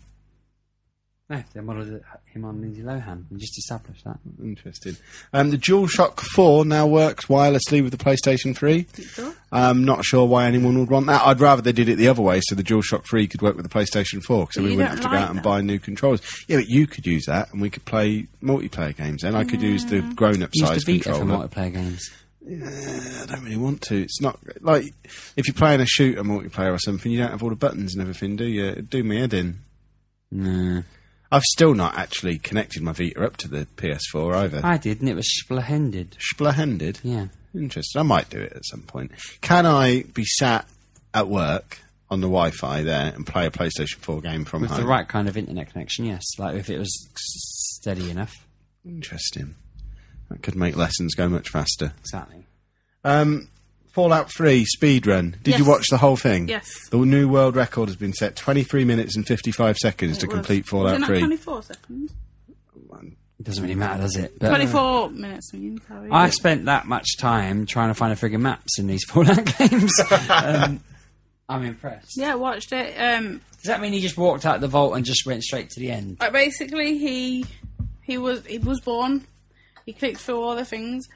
S2: No, they modelled it- him on Lindsay Lohan and just established that.
S1: Interesting. Um, the DualShock 4 now works wirelessly with the PlayStation 3. I'm not sure why anyone would want that. I'd rather they did it the other way, so the DualShock 3 could work with the PlayStation 4, so
S3: But
S1: we
S3: you
S1: wouldn't
S3: don't
S1: have to go
S3: like
S1: out and
S3: that.
S1: buy new controllers. Yeah, but you could use that, and we could play multiplayer games. Then I could use the grown-up size
S2: Used to Vita for
S1: controller.
S2: multiplayer games.
S1: I don't really want to. It's not like if you're playing a shooter multiplayer or something, you don't have all the buttons and everything, do you? It'd do me head in.
S2: No,
S1: I've still not actually connected my Vita up to the PS4 either.
S2: I did, and it was splendid.
S1: Splahended.
S2: Yeah.
S1: Interesting. I might do it at some point. Can I be sat at work on the Wi-Fi there and play a PlayStation 4 game from
S2: With
S1: home?
S2: the right kind of internet connection, yes. Like if it was s- steady enough.
S1: Interesting. That could make lessons go much faster.
S2: Exactly.
S1: Um, Fallout 3 speedrun. Did you
S3: Yes.
S1: watch the whole thing?
S3: Yes.
S1: The new world record has been set 23 minutes and 55 seconds to
S3: It was-
S1: complete
S3: was
S1: Fallout
S3: it not
S1: 3.
S3: 24 seconds?
S2: It doesn't really matter, does it? But
S3: 24 minutes, I mean, sorry.
S2: Uh, I spent that much time trying to find the frigging maps in these Fallout games. um, I'm impressed.
S3: yeah, watched it. Um,
S2: Does that mean he just walked out the vault and just went straight to the end?
S3: Like basically, he he was he was born. He clicked through all the things.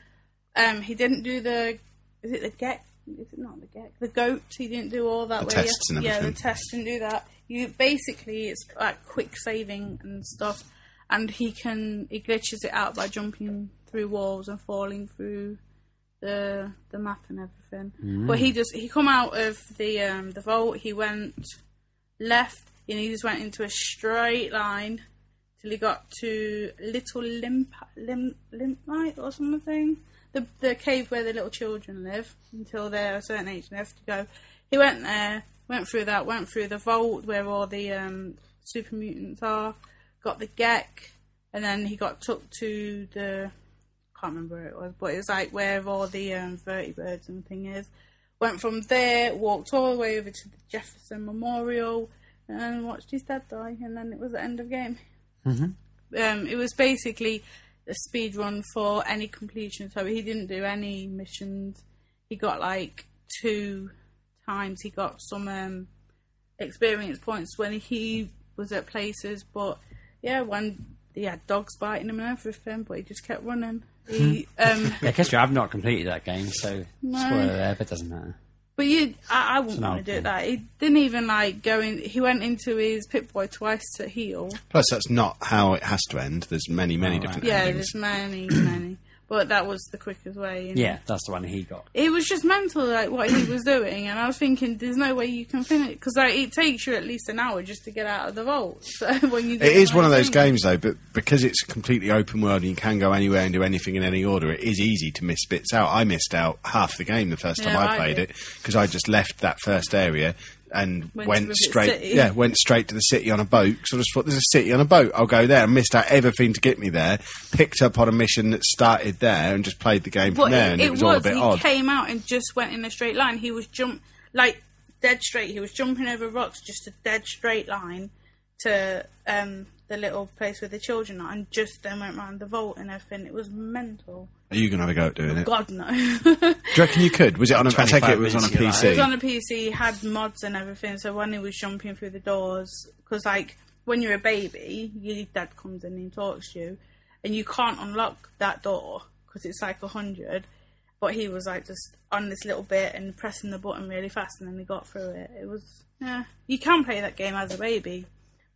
S3: Um, he didn't do the is it the get is it not the get the goat? He didn't do all that.
S1: The
S3: way. you-
S1: tests and
S3: yeah, the
S1: everything.
S3: test and do that. You basically it's like quick saving and stuff, and he can he glitches it out by jumping through walls and falling through the the map and everything. But
S1: Mm.
S3: he just he come out of the um, the vault. He went left and he just went into a straight line till he got to Little Limp Limp Limp Light or something. The the cave where the little children live until they're a certain age and they have to go. He went there, went through that, went through the vault where all the um, super mutants are, got the Gek, and then he got took to the can't remember where it was, but it was like where all the um, vertebrates and thing is. Went from there, walked all the way over to the Jefferson Memorial, and watched his dad die, and then it was the end of game. Mm-hmm. Um, it was basically a speed run for any completion, so he didn't do any missions. He got like two times. He got some um, experience points when he was at places, but yeah, when he had dogs biting him and everything, but he just kept running. He um,
S1: Hmm.
S2: Yeah, Kestra, I've not completed that game, so spoiler there, but it doesn't matter.
S3: But you, I, I wouldn't
S2: an
S3: want to do it
S2: outcome.
S3: that. He didn't even like go in. He went into his Pip Boy twice to heal.
S1: Plus, that's not how it has to end. There's many, many
S2: Oh,
S1: different
S2: right.
S3: Yeah,
S1: endings.
S3: there's many, many. But that was the quickest way. you know.
S2: Yeah, that's the one he got.
S3: It was just mental, like what he was doing, and I was thinking, there's no way you can finish because like it takes you at least an hour just to get out of the vault. So when you,
S1: It is one of those games,
S3: games.
S1: though, but because it's completely open world and you can go anywhere and do anything in any order, it is easy to miss bits out. I missed out half the game the first time
S3: Yeah,
S1: I
S3: I
S1: played
S3: did.
S1: it because I just left that first area and went,
S3: Went to the
S1: straight.
S3: city.
S1: Yeah, went straight to the city on a boat. So I just thought, there's a city on a boat. I'll go there. I missed out everything to get me there. Picked up on a mission that started there and just played the game from
S3: But
S1: there.
S3: it,
S1: and
S3: it,
S1: it, was,
S3: was.
S1: all a bit
S3: he
S1: odd.
S3: came out and just went in a straight line. He was jump like dead straight. He was jumping over rocks, just a dead straight line to um, the little place where the children are, and just then went round the vault and everything. It was mental.
S1: Are you going to have a go at doing it? Do
S3: God no. it
S1: you reckon you could? Was it on a? I take it it was on a
S2: 25 minutes,
S1: PC.
S3: was on a PC, had mods and everything. So when he was jumping through the doors, because like when you're a baby, your dad comes in and talks to you, and you can't unlock that door because it's like a hundred. but he was like just on this little bit and pressing the button really fast, and then he got through it. It was yeah. You can play that game as a baby.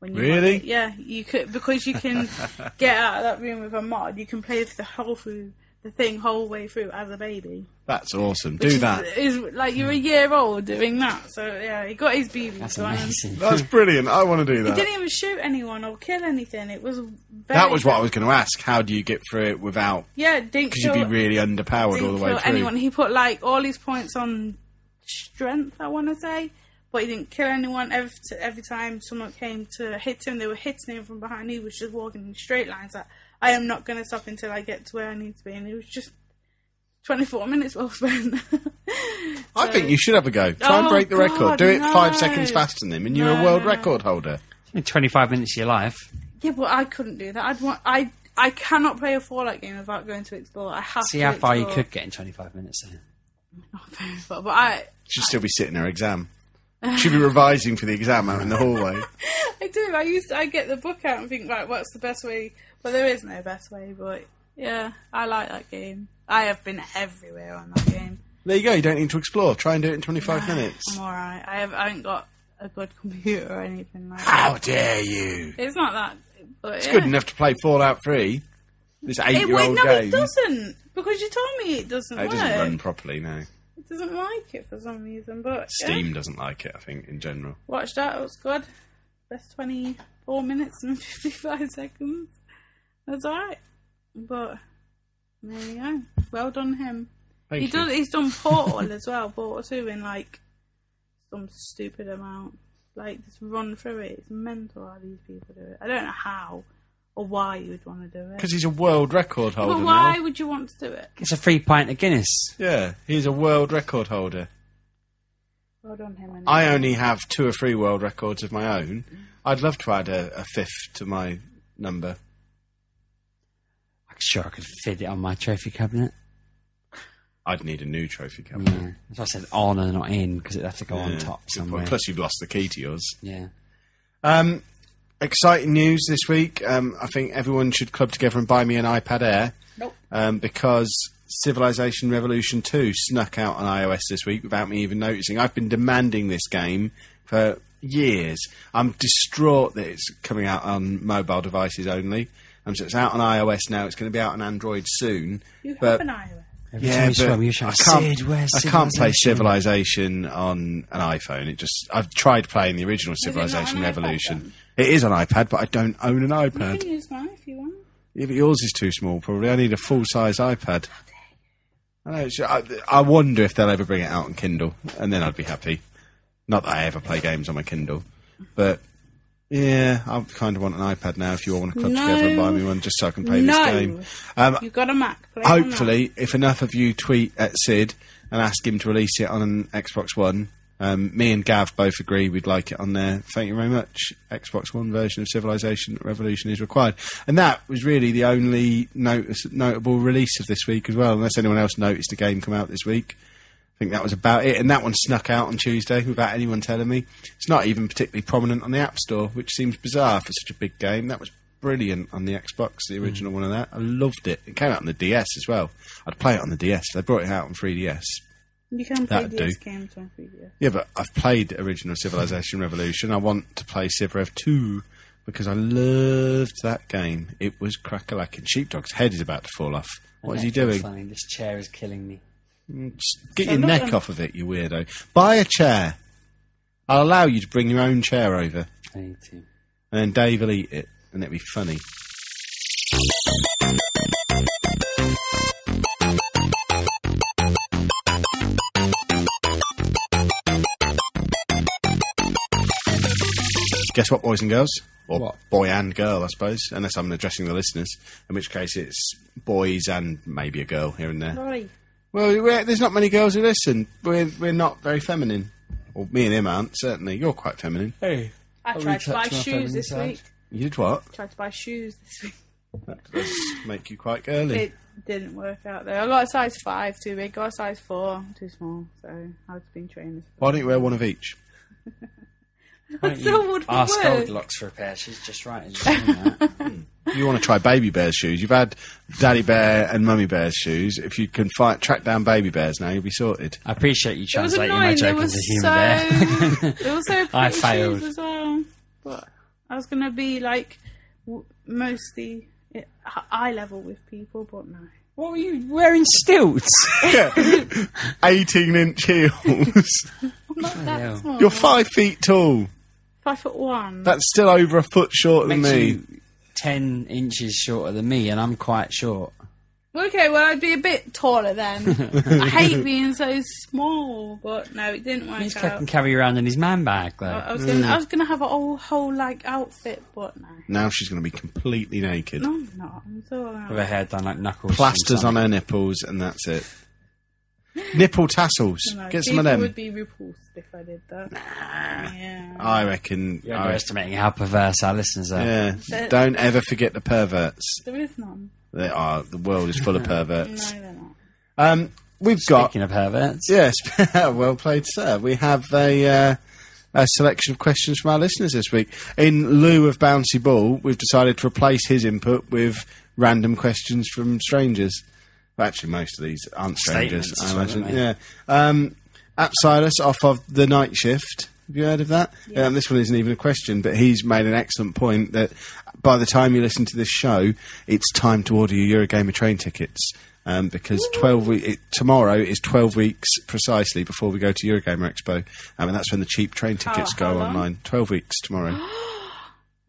S3: When you want
S1: Really?
S3: it. Yeah, you could because you can get out of that room with a mod. You can play the whole through the thing whole way through as a baby.
S1: That's awesome.
S3: Which
S1: Do
S3: is-
S1: that.
S3: Is, like you're a year old doing that. So yeah, he got his BB
S2: That's
S3: gun.
S2: amazing.
S1: That's brilliant. I want to do
S3: He
S1: that.
S3: didn't even shoot anyone or kill anything. It was very
S1: That was what I was going to ask. How do you get through it without?
S3: Yeah, didn't
S1: Because you'd be
S3: kill
S1: really underpowered all
S3: didn't
S1: the way
S3: kill
S1: through.
S3: anyone. He put like all his points on strength, I want to say, but he didn't kill anyone. Every t- every time someone came to hit him, they were hitting him from behind. He was just walking in straight lines. Like I am not going to stop until I get to where I need to be, and it was just. 24 minutes well spent.
S1: I think you should have a go. Try and
S3: Oh,
S1: break the record.
S3: God,
S1: Do it five
S3: no.
S1: seconds faster than him, and you're a
S3: No,
S1: world
S3: no, no.
S1: record holder.
S2: Twenty-five minutes of your life.
S3: yeah, but I couldn't do that. I'd want, I I cannot play a Fallout game without going to explore. I have
S2: See
S3: to
S2: how far you
S3: explore. Oh,
S2: could get in twenty-five minutes. Then.
S3: But, but I,
S1: She'd still be sitting her exam. She'd be revising for the exam out in the hallway.
S3: I do. I used to, I get the book out and think, right, what's the best way? Well, there is no best way, but yeah, I like that game. I have been everywhere on that game.
S1: There you go. You don't need to explore. Try and do it in 25 minutes.
S3: I'm alright. I, have, I haven't got a good computer or anything like that.
S1: How dare you?
S3: It's not that, but
S1: It's good enough to play Fallout 3. This
S3: It,
S1: eight-year-old
S3: wait, no,
S1: game.
S3: it doesn't because you told me it doesn't
S1: No, it
S3: work.
S1: doesn't run properly. No,
S3: It doesn't like it for some reason, but yeah.
S1: Steam doesn't like it. I think in general.
S3: Watch that. It was good. That's 24 minutes and 55 seconds. That's alright. But there you go. Well done him.
S1: Thank
S3: he
S1: you.
S3: does. He's done Portal as well. Portal 2 in like some stupid amount. Like just run through it. It's mental how these people do it. I don't know how or why you would want to do it.
S1: Because he's a world record holder
S3: But why
S1: now.
S3: would you want to do it?
S2: It's a free pint of Guinness.
S1: Yeah, he's a world record holder.
S3: Well done him. Anyway.
S1: I only have two or three world records of my own. I'd love to add a, a fifth to my number.
S2: I'm sure I could fit it on my trophy cabinet.
S1: I'd need a new trophy cabinet.
S2: Yeah. If I said on and not in, because it'd have to go
S1: Yeah,
S2: on Mm, top
S1: good point.
S2: somewhere.
S1: Plus, you've lost the key to yours.
S2: yeah.
S1: Um, exciting news this week. Um, I think everyone should club together and buy me an iPad Air
S3: Nope.
S1: um, because Civilization Revolution 2 snuck out on iOS this week without me even noticing. I've been demanding this game for years. I'm distraught that it's coming out on mobile devices only. Um, so it's out on iOS now. It's going to be out on Android soon.
S3: You have
S1: but
S3: an iOS.
S2: Every
S1: yeah,
S2: you
S1: but
S2: swim, you shout,
S1: I can't,
S2: "Sid, where's
S1: I can't play
S2: civilization?"
S1: Civilization on an iPhone. It just I've tried playing the original
S3: it not
S1: Civilization
S3: on iPad
S1: Revolution. It is on iPad, but I don't own an
S3: You
S1: iPad.
S3: can use mine if you want.
S1: Yeah, but yours is too small. Probably I need a full size iPad. I, know, it's- I, I wonder if they'll ever bring it out on Kindle, and then I'd be happy. Not that I ever play games on my Kindle, but yeah, I kind of want an iPad now. If you all want to club
S3: No.
S1: together and buy me one, just so I can play
S3: No.
S1: this game. Um,
S3: You've got a Mac. Play it on that.
S1: hopefully, if enough of you tweet at Sid and ask him to release it on an Xbox One, um, me and Gav both agree we'd like it on there. Thank you very much. Xbox One version of Civilization Revolution is required, and that was really the only notice, notable release of this week as well. Unless anyone else noticed a game come out this week. I think that was about it, and that one snuck out on Tuesday without anyone telling me. It's not even particularly prominent on the App Store, which seems bizarre for such a big game. That was brilliant on the Xbox, the original one of that. I loved it. It came out on the DS as well. I'd play it on the DS. They brought it out on 3DS.
S3: You can play
S1: That'd
S3: DS
S1: do.
S3: games on 3DS.
S1: Yeah, but I've played original Civilization Revolution. I want to play Civ Rev 2 because I loved that game. It was crackalacking. Sheepdog's head is about to fall off. What is he doing?
S2: Funny. This chair is killing me.
S1: Just get
S3: So
S1: your
S3: not
S1: neck
S3: gonna-
S1: off of it, you weirdo. Buy a chair. I'll allow you to bring your own chair over,
S2: I need to.
S1: and then Dave will eat it, and it'll be funny. Guess what, boys and girls? Or
S2: What?
S1: boy and girl, I suppose, unless I'm addressing the listeners, in which case it's boys and maybe a girl here and there.
S3: Sorry.
S1: Well, we're, there's not many girls who listen. We're we're not very feminine. Well, me and him aren't certainly. You're quite feminine.
S2: Hey.
S3: I tried to buy shoes this week.
S1: You did what?
S3: Tried to buy shoes this week.
S1: That does make you quite girly.
S3: It didn't work out though. I got a size five too big, got a size four too small. So I've been trained.
S1: Why don't you wear one of each?
S3: That would
S2: Ask
S3: work.
S2: Goldilocks for a pair. She's just right. Isn't she? That.
S1: You want to try Baby Bear's shoes? You've had Daddy Bear and Mummy Bear's shoes. If you can find track down Baby Bears now, you'll be sorted.
S2: I appreciate you
S3: It was
S2: translating my
S3: annoying. They
S2: joke
S3: were
S2: into human
S3: so.
S2: there.
S3: they were so pretty
S2: I failed.
S3: shoes as well. But I was gonna be like w- mostly at h- eye level with people, but no.
S2: What were you wearing stilts?
S1: Eighteen inch heels.
S3: I'm not
S2: hell.
S3: that small.
S1: You're five feet tall.
S3: five foot one.
S1: That's still over a foot shorter than
S2: Makes
S1: me.
S2: you ten inches shorter than me, and I'm quite short.
S3: Okay, well, I'd be a bit taller then. I hate being so small, but no, it didn't work
S2: He's
S3: out.
S2: can carry around in his man bag though.
S3: I I was
S1: Mm.
S3: gonna, I was gonna have a whole, whole like outfit, but no,
S1: Now she's going to be completely naked.
S3: no, I'm not. I'm so uh,
S2: With her hair done like knuckles.
S1: plasters on her nipples, and that's it. Nipple tassels.
S3: no,
S1: Get some
S3: people
S1: of them.
S3: would be repulsed if I did that. Yeah.
S1: I reckon.
S2: You're
S1: I-
S2: underestimating how perverse our listeners are.
S1: yeah.
S3: But-
S1: Don't ever forget the perverts.
S3: there is none.
S1: They are. The world is full of
S3: No,
S1: perverts.
S3: they're not.
S1: Um, we've got.
S2: Speaking of perverts,
S1: Yes. well played, sir. We have a. Uh, a selection of questions from our listeners this week. In lieu of Bouncy Ball, we've decided to replace his input with random questions from strangers. Well, Actually, most of these aren't strangers,
S2: Statements
S1: I
S2: as well,
S1: imagine.
S2: aren't they?
S1: yeah. Um, Apsilus off of The Night Shift. Have you heard of that?
S3: Yeah.
S1: Um, this one isn't even a question, but he's made an excellent point that by the time you listen to this show, it's time to order your Eurogamer train tickets. Um, because 12 we- it, tomorrow is 12 weeks precisely before we go to Eurogamer Expo. Um, and that's when the cheap train tickets
S3: Oh, how
S1: go
S3: long?
S1: online. 12 weeks tomorrow.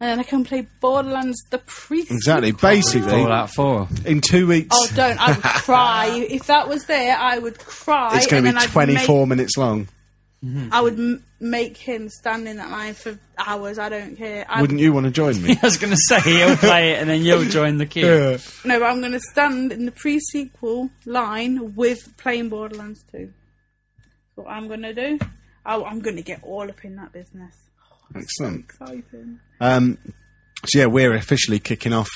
S3: And then I can play Borderlands the Priest.
S1: exactly.
S2: all
S1: Basically,
S2: out four.
S1: in two weeks,
S3: Oh, don't! I would cry if that was there. I would cry.
S1: it's going to
S3: and
S1: be
S3: then I'd
S1: 24 minutes long.
S3: Make, I would m- make him stand in that line for hours. I don't care. I
S1: Wouldn't you want to join me?
S2: I was going to say he'll play it and then you'll join the queue.
S1: Yeah.
S3: No, but I'm going to stand in the pre-sequel line with playing Borderlands 2. That's what I'm going to do. Oh, I'm going to get all up in that business.
S1: Excellent.
S3: Exciting.
S1: Um, so yeah, we're officially kicking off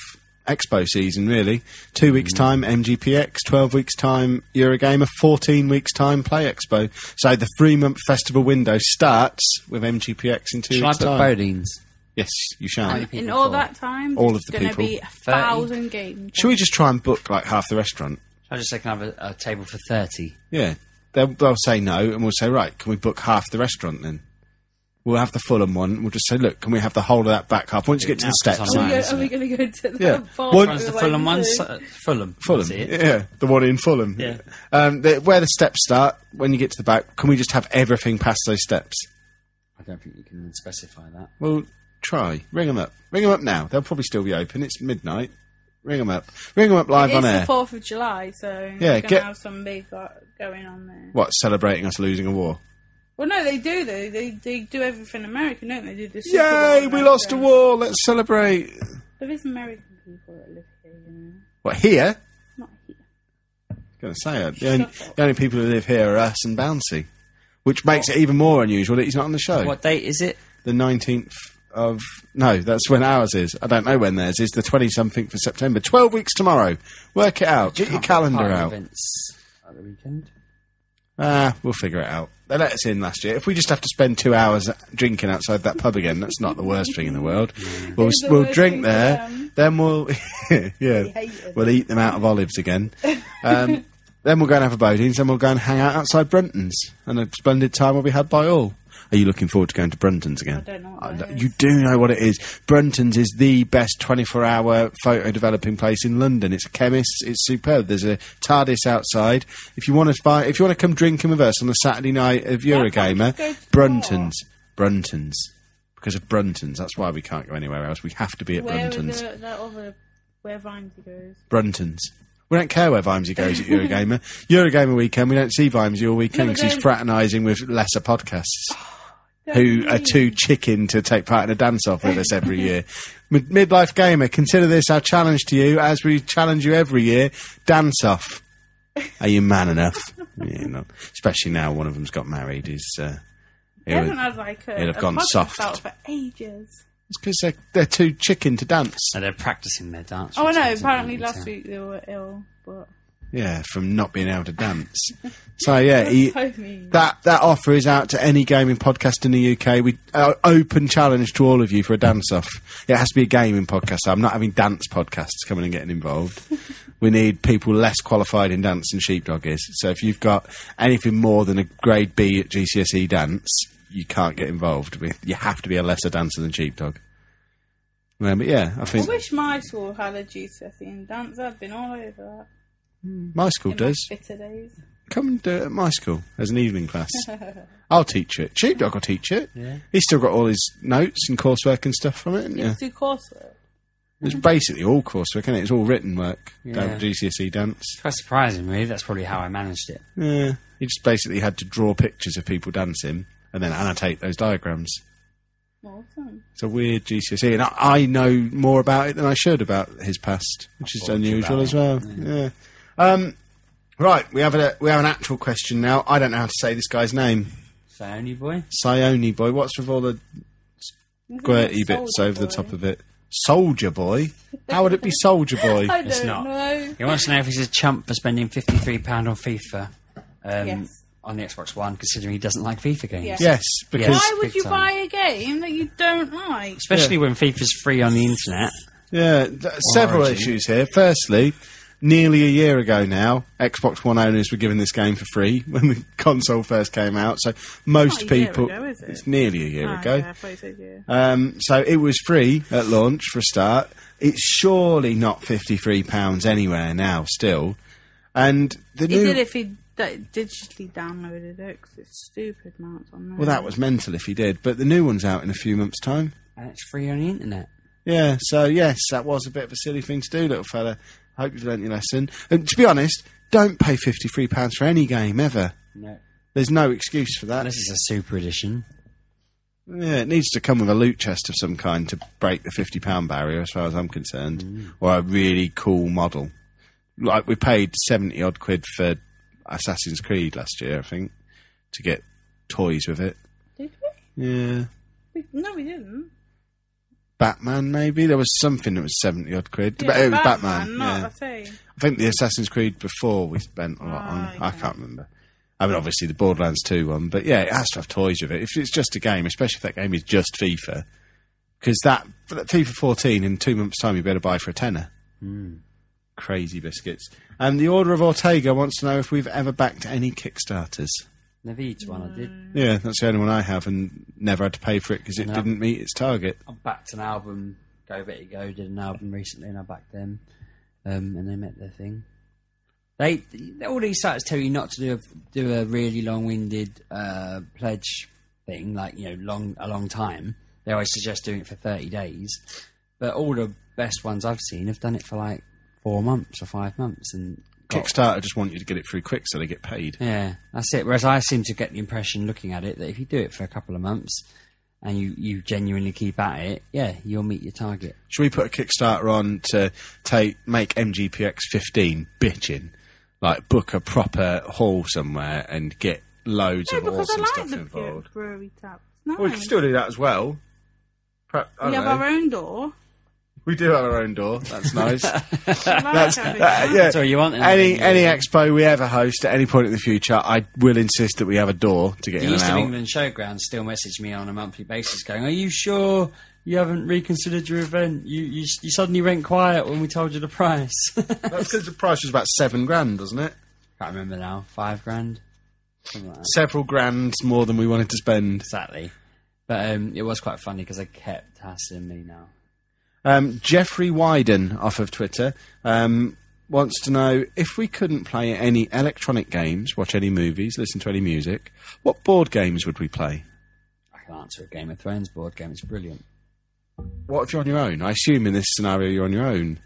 S1: Expo season. Really, two
S2: Mm.
S1: weeks time MGPX, twelve weeks time Eurogamer, fourteen weeks time Play Expo. So the three month festival window starts with MGPX in two
S2: Shall I
S1: weeks
S2: put
S1: time.
S2: Bodine's?
S1: Yes, you shall.
S2: Only people
S3: In all
S2: for-
S3: that time,
S1: All
S3: there's
S1: of the
S3: going to
S1: people.
S3: be a thousand games.
S1: Should we just try and book like half the restaurant?
S2: Shall I just say can I have a, a table for 30?
S1: Yeah, they'll, they'll say no, and we'll say right. Can we book half the restaurant then? We'll have the Fulham one. and We'll just say, look, can we have the whole of that back half? Once you get to the
S2: Now, 'cause
S1: steps,
S2: I'm
S3: Are
S2: Right,
S3: we,
S2: isn't
S3: going to go to the
S1: Yeah.
S3: bar?
S1: One-
S2: One's the
S3: We're
S2: Fulham,
S3: like,
S2: one's uh, Fulham.
S1: Fulham.
S2: That's it.
S1: Yeah, the one in Fulham.
S2: Yeah.
S1: Um, the, where the steps start, when you get to the back, can we just have everything past those steps?
S2: I don't think you can specify that.
S1: Well, try. Ring them up. Ring them up now. They'll probably still be open. It's midnight. Ring them up. Ring them up live on
S3: It's
S1: air.
S3: the 4th of July, so yeah, going
S1: get-
S3: to have some big got going on there.
S1: what, celebrating us losing a war?
S3: Well, no, they do, though. They, they do everything American, don't they? they do the Super Bowl
S1: Yay,
S3: in
S1: we lost a
S3: America.
S1: war. Let's celebrate.
S3: There is American people that live here, you know.
S1: What, here?
S3: Not here.
S1: going to say it. The only,
S3: Shut up.
S1: the only people who live here are us and Bouncy, which makes it even more unusual that he's not on the show.
S2: What date is it?
S1: the 19th of no that's when ours is i don't know when theirs is the 20 something for september 12 weeks tomorrow work it out get your
S2: Can't remember
S1: calendar
S2: part of
S1: out
S2: Events at the weekend.
S1: ah we'll figure it out they let us in last year if we just have to spend two hours drinking outside that pub again that's not the worst thing in the world we'll,
S3: It's the
S1: we'll
S3: worst
S1: drink
S3: thing
S1: there
S3: for them.
S1: then we'll yeah
S3: hate it.
S1: we'll eat them out of olives again um, Then we'll go and have a Bodine's, then we'll go and hang out outside Brunton's, and a splendid time will be had by all. Are you looking forward to going to Brunton's again?
S3: I don't know what
S1: I
S3: that
S1: kn-
S3: is.
S1: You do know what it is. Brunton's is the best 24 hour photo developing place in London. It's a chemist, it's superb. There's a TARDIS outside. If you want to buy, if you want to come drinking with us on a Saturday night of
S3: can't we go
S1: Eurogamer,
S3: to
S1: Brunton's. Brunton's. Because of Brunton's. That's why we can't go anywhere else. We have to be at
S3: Where are
S1: Brunton's.
S3: the, that other where Vimesy goes?
S1: Brunton's. We don't care where Vimesy goes at Eurogamer. Eurogamer weekend, we don't see Vimesy all weekend
S3: No, but
S1: because he's
S3: then-
S1: fraternising with lesser podcasts who
S3: Oh,
S1: are too chicken to take part in a dance off with us every year. Mid- Midlife Gamer, consider this our challenge to you as we challenge you every year dance off. Are you man enough? yeah, not. Especially now one of them's got married. He's, uh,
S3: He hasn't had like a,
S1: He'd have
S3: a
S1: gone
S3: podcast
S1: soft.
S3: out for ages.
S1: it's because they're, they're too chicken to dance.
S2: So they're practicing their dance.
S3: Oh no!
S2: routines,
S3: Apparently
S2: aren't they,
S3: last
S2: so-
S3: week they were ill, but
S1: Yeah, from not being able to dance. so yeah, he,
S3: so mean.
S1: that that offer is out to any gaming podcast in the UK. We uh, open challenge to all of you for a dance off. It has to be a gaming podcast. I'm not having dance podcasts coming and getting involved. we need people less qualified in dance than Sheepdog is. So if you've got anything more than a grade B at GCSE E dance, you can't get involved. With you have to be a lesser dancer than Sheepdog. Um, but yeah, I
S3: I
S1: think
S3: wish my school had a GCSE in E dance. I've been all over that.
S1: my school
S3: In my
S1: does.
S3: fitter days.
S1: Come and do it at my school as an evening class. I'll teach it. Sheepdog will teach it.
S2: Yeah.
S1: He's still got all his notes and coursework and stuff from it. hasn't he?
S3: It's too coursework.
S1: It's basically all coursework, isn't it? It's all written work.
S2: Yeah.
S1: Down at GCSE E dance.
S2: It's quite surprising, really. That's probably how I managed it.
S1: Yeah. He just basically had to draw pictures of people dancing and then annotate those diagrams.
S3: Awesome.
S1: It's a weird GCSE, E, and I, I know more about it than I should about his past, which is
S2: thought you
S1: unusual
S2: about
S1: as well. Yeah. Um, right, we have a we have an actual question now. I don't know how to say this guy's name.
S2: So, only boy.
S1: Sione boy. What's with all the squirty bits over the top of it. Soldier Boy? How would it be Soldier Boy?
S3: I
S2: It's
S3: don't
S2: not.
S3: know.
S2: He wants to know if he's a chump for spending £53 on FIFA um,
S3: Yes.
S2: on the Xbox One, considering he doesn't like FIFA games.
S3: Yeah.
S1: yes, because
S3: Why would
S2: big
S3: you
S2: time.
S3: buy a game that you don't like?
S2: Especially when FIFA's free on the internet.
S1: yeah, th- several
S2: Origin.
S1: issues here. Firstly, nearly a year ago now, Xbox One owners were given this game for free when the console first came out. So most
S3: Not a year
S1: people,
S3: ago, is it?
S1: it's nearly a year
S3: Ah,
S1: ago.
S3: yeah, I thought you said, yeah.
S1: Um, so it was free at launch for a start. It's surely not fifty three pounds anywhere now, still. And the
S3: Is
S1: new
S3: it if he d- digitally downloaded it? 'Cause it's stupid amounts on there.
S1: well, that was mental if he did. But the new one's out in a few months' time.
S2: And it's free on the internet.
S1: Yeah, so yes, that was a bit of a silly thing to do, little fella. Hope you've learnt your lesson. And to be honest, don't pay £53 for any game ever.
S2: No.
S1: There's no excuse for that.
S2: This is a super edition.
S1: Yeah, it needs to come with a loot chest of some kind to break the £50 barrier, as far as I'm concerned, or a really cool model. Like, we paid 70 odd quid for Assassin's Creed last year, I think, to get toys with it.
S3: Did
S1: Yeah.
S3: we? we? No, we didn't.
S1: Batman, maybe? There was something that was 70 odd quid. but
S3: Yeah,
S1: it was Batman.
S3: not
S1: yeah.
S3: the same.
S1: I think the Assassin's Creed before we spent a lot on.
S3: Ah,
S1: I
S3: okay.
S1: can't remember. I mean, obviously the Borderlands 2 one, but yeah, it has to have toys with it. If it's just a game, especially if that game is just FIFA, because that, for that FIFA 14 in two months' time you better buy for a tenner. Crazy biscuits. And the Order of Ortega wants to know if we've ever backed any Kickstarters.
S2: Navid's one I did.
S1: Yeah, that's the only one I have, and never had to pay for it because it
S2: No.
S1: didn't meet its target.
S2: I backed an album, Go Betty Go, did an album recently and I backed them. Um, and they met their thing. They all these sites tell you not to do a, do a really long-winded uh, pledge thing, like you know, long a long time. They always suggest doing it for thirty days, but all the best ones I've seen have done it for like four months or five months, and got
S1: Kickstarter just want you to get it through quick so they get paid.
S2: yeah, that's it. Whereas I seem to get the impression, looking at it, that if you do it for a couple of months and you, you genuinely keep at it, yeah, you'll meet your target.
S1: Should we put a Kickstarter on to take make MGPX 15 bitching? Like book a proper hall somewhere and get loads
S3: No,
S1: of
S3: because I
S1: awesome
S3: like
S1: stuff
S3: the
S1: involved.
S3: bre- brewery taps. No,
S1: Well, we can still do that as well. Pre- I
S3: we
S1: don't
S3: have
S1: know.
S3: our own door.
S1: we do have our own door. That's nice. Uh,
S3: I like having that.
S1: yeah.
S2: That's all you want. isn't
S1: Any
S2: it?
S1: any expo we ever host at any point in the future, I will insist that we have a door to get
S2: The
S1: in and
S2: East of
S1: out.
S2: England Showground still message me on a monthly basis going, Are you sure you haven't reconsidered your event? You, you, you suddenly went quiet when we told you the price.
S1: That's because the price was about seven grand, wasn't it?
S2: Can't remember now. Five grand. Something like that.
S1: Several grand more than we wanted to spend.
S2: Exactly. But um, it was quite funny because they kept hassling me now.
S1: Um, Jeffrey Wyden off of Twitter um, wants to know if we couldn't play any electronic games, watch any movies, listen to any music, what board games would we play?
S2: I can answer a Game of Thrones board game. It's brilliant.
S1: What if you're on your own? I assume in this scenario you're on your own.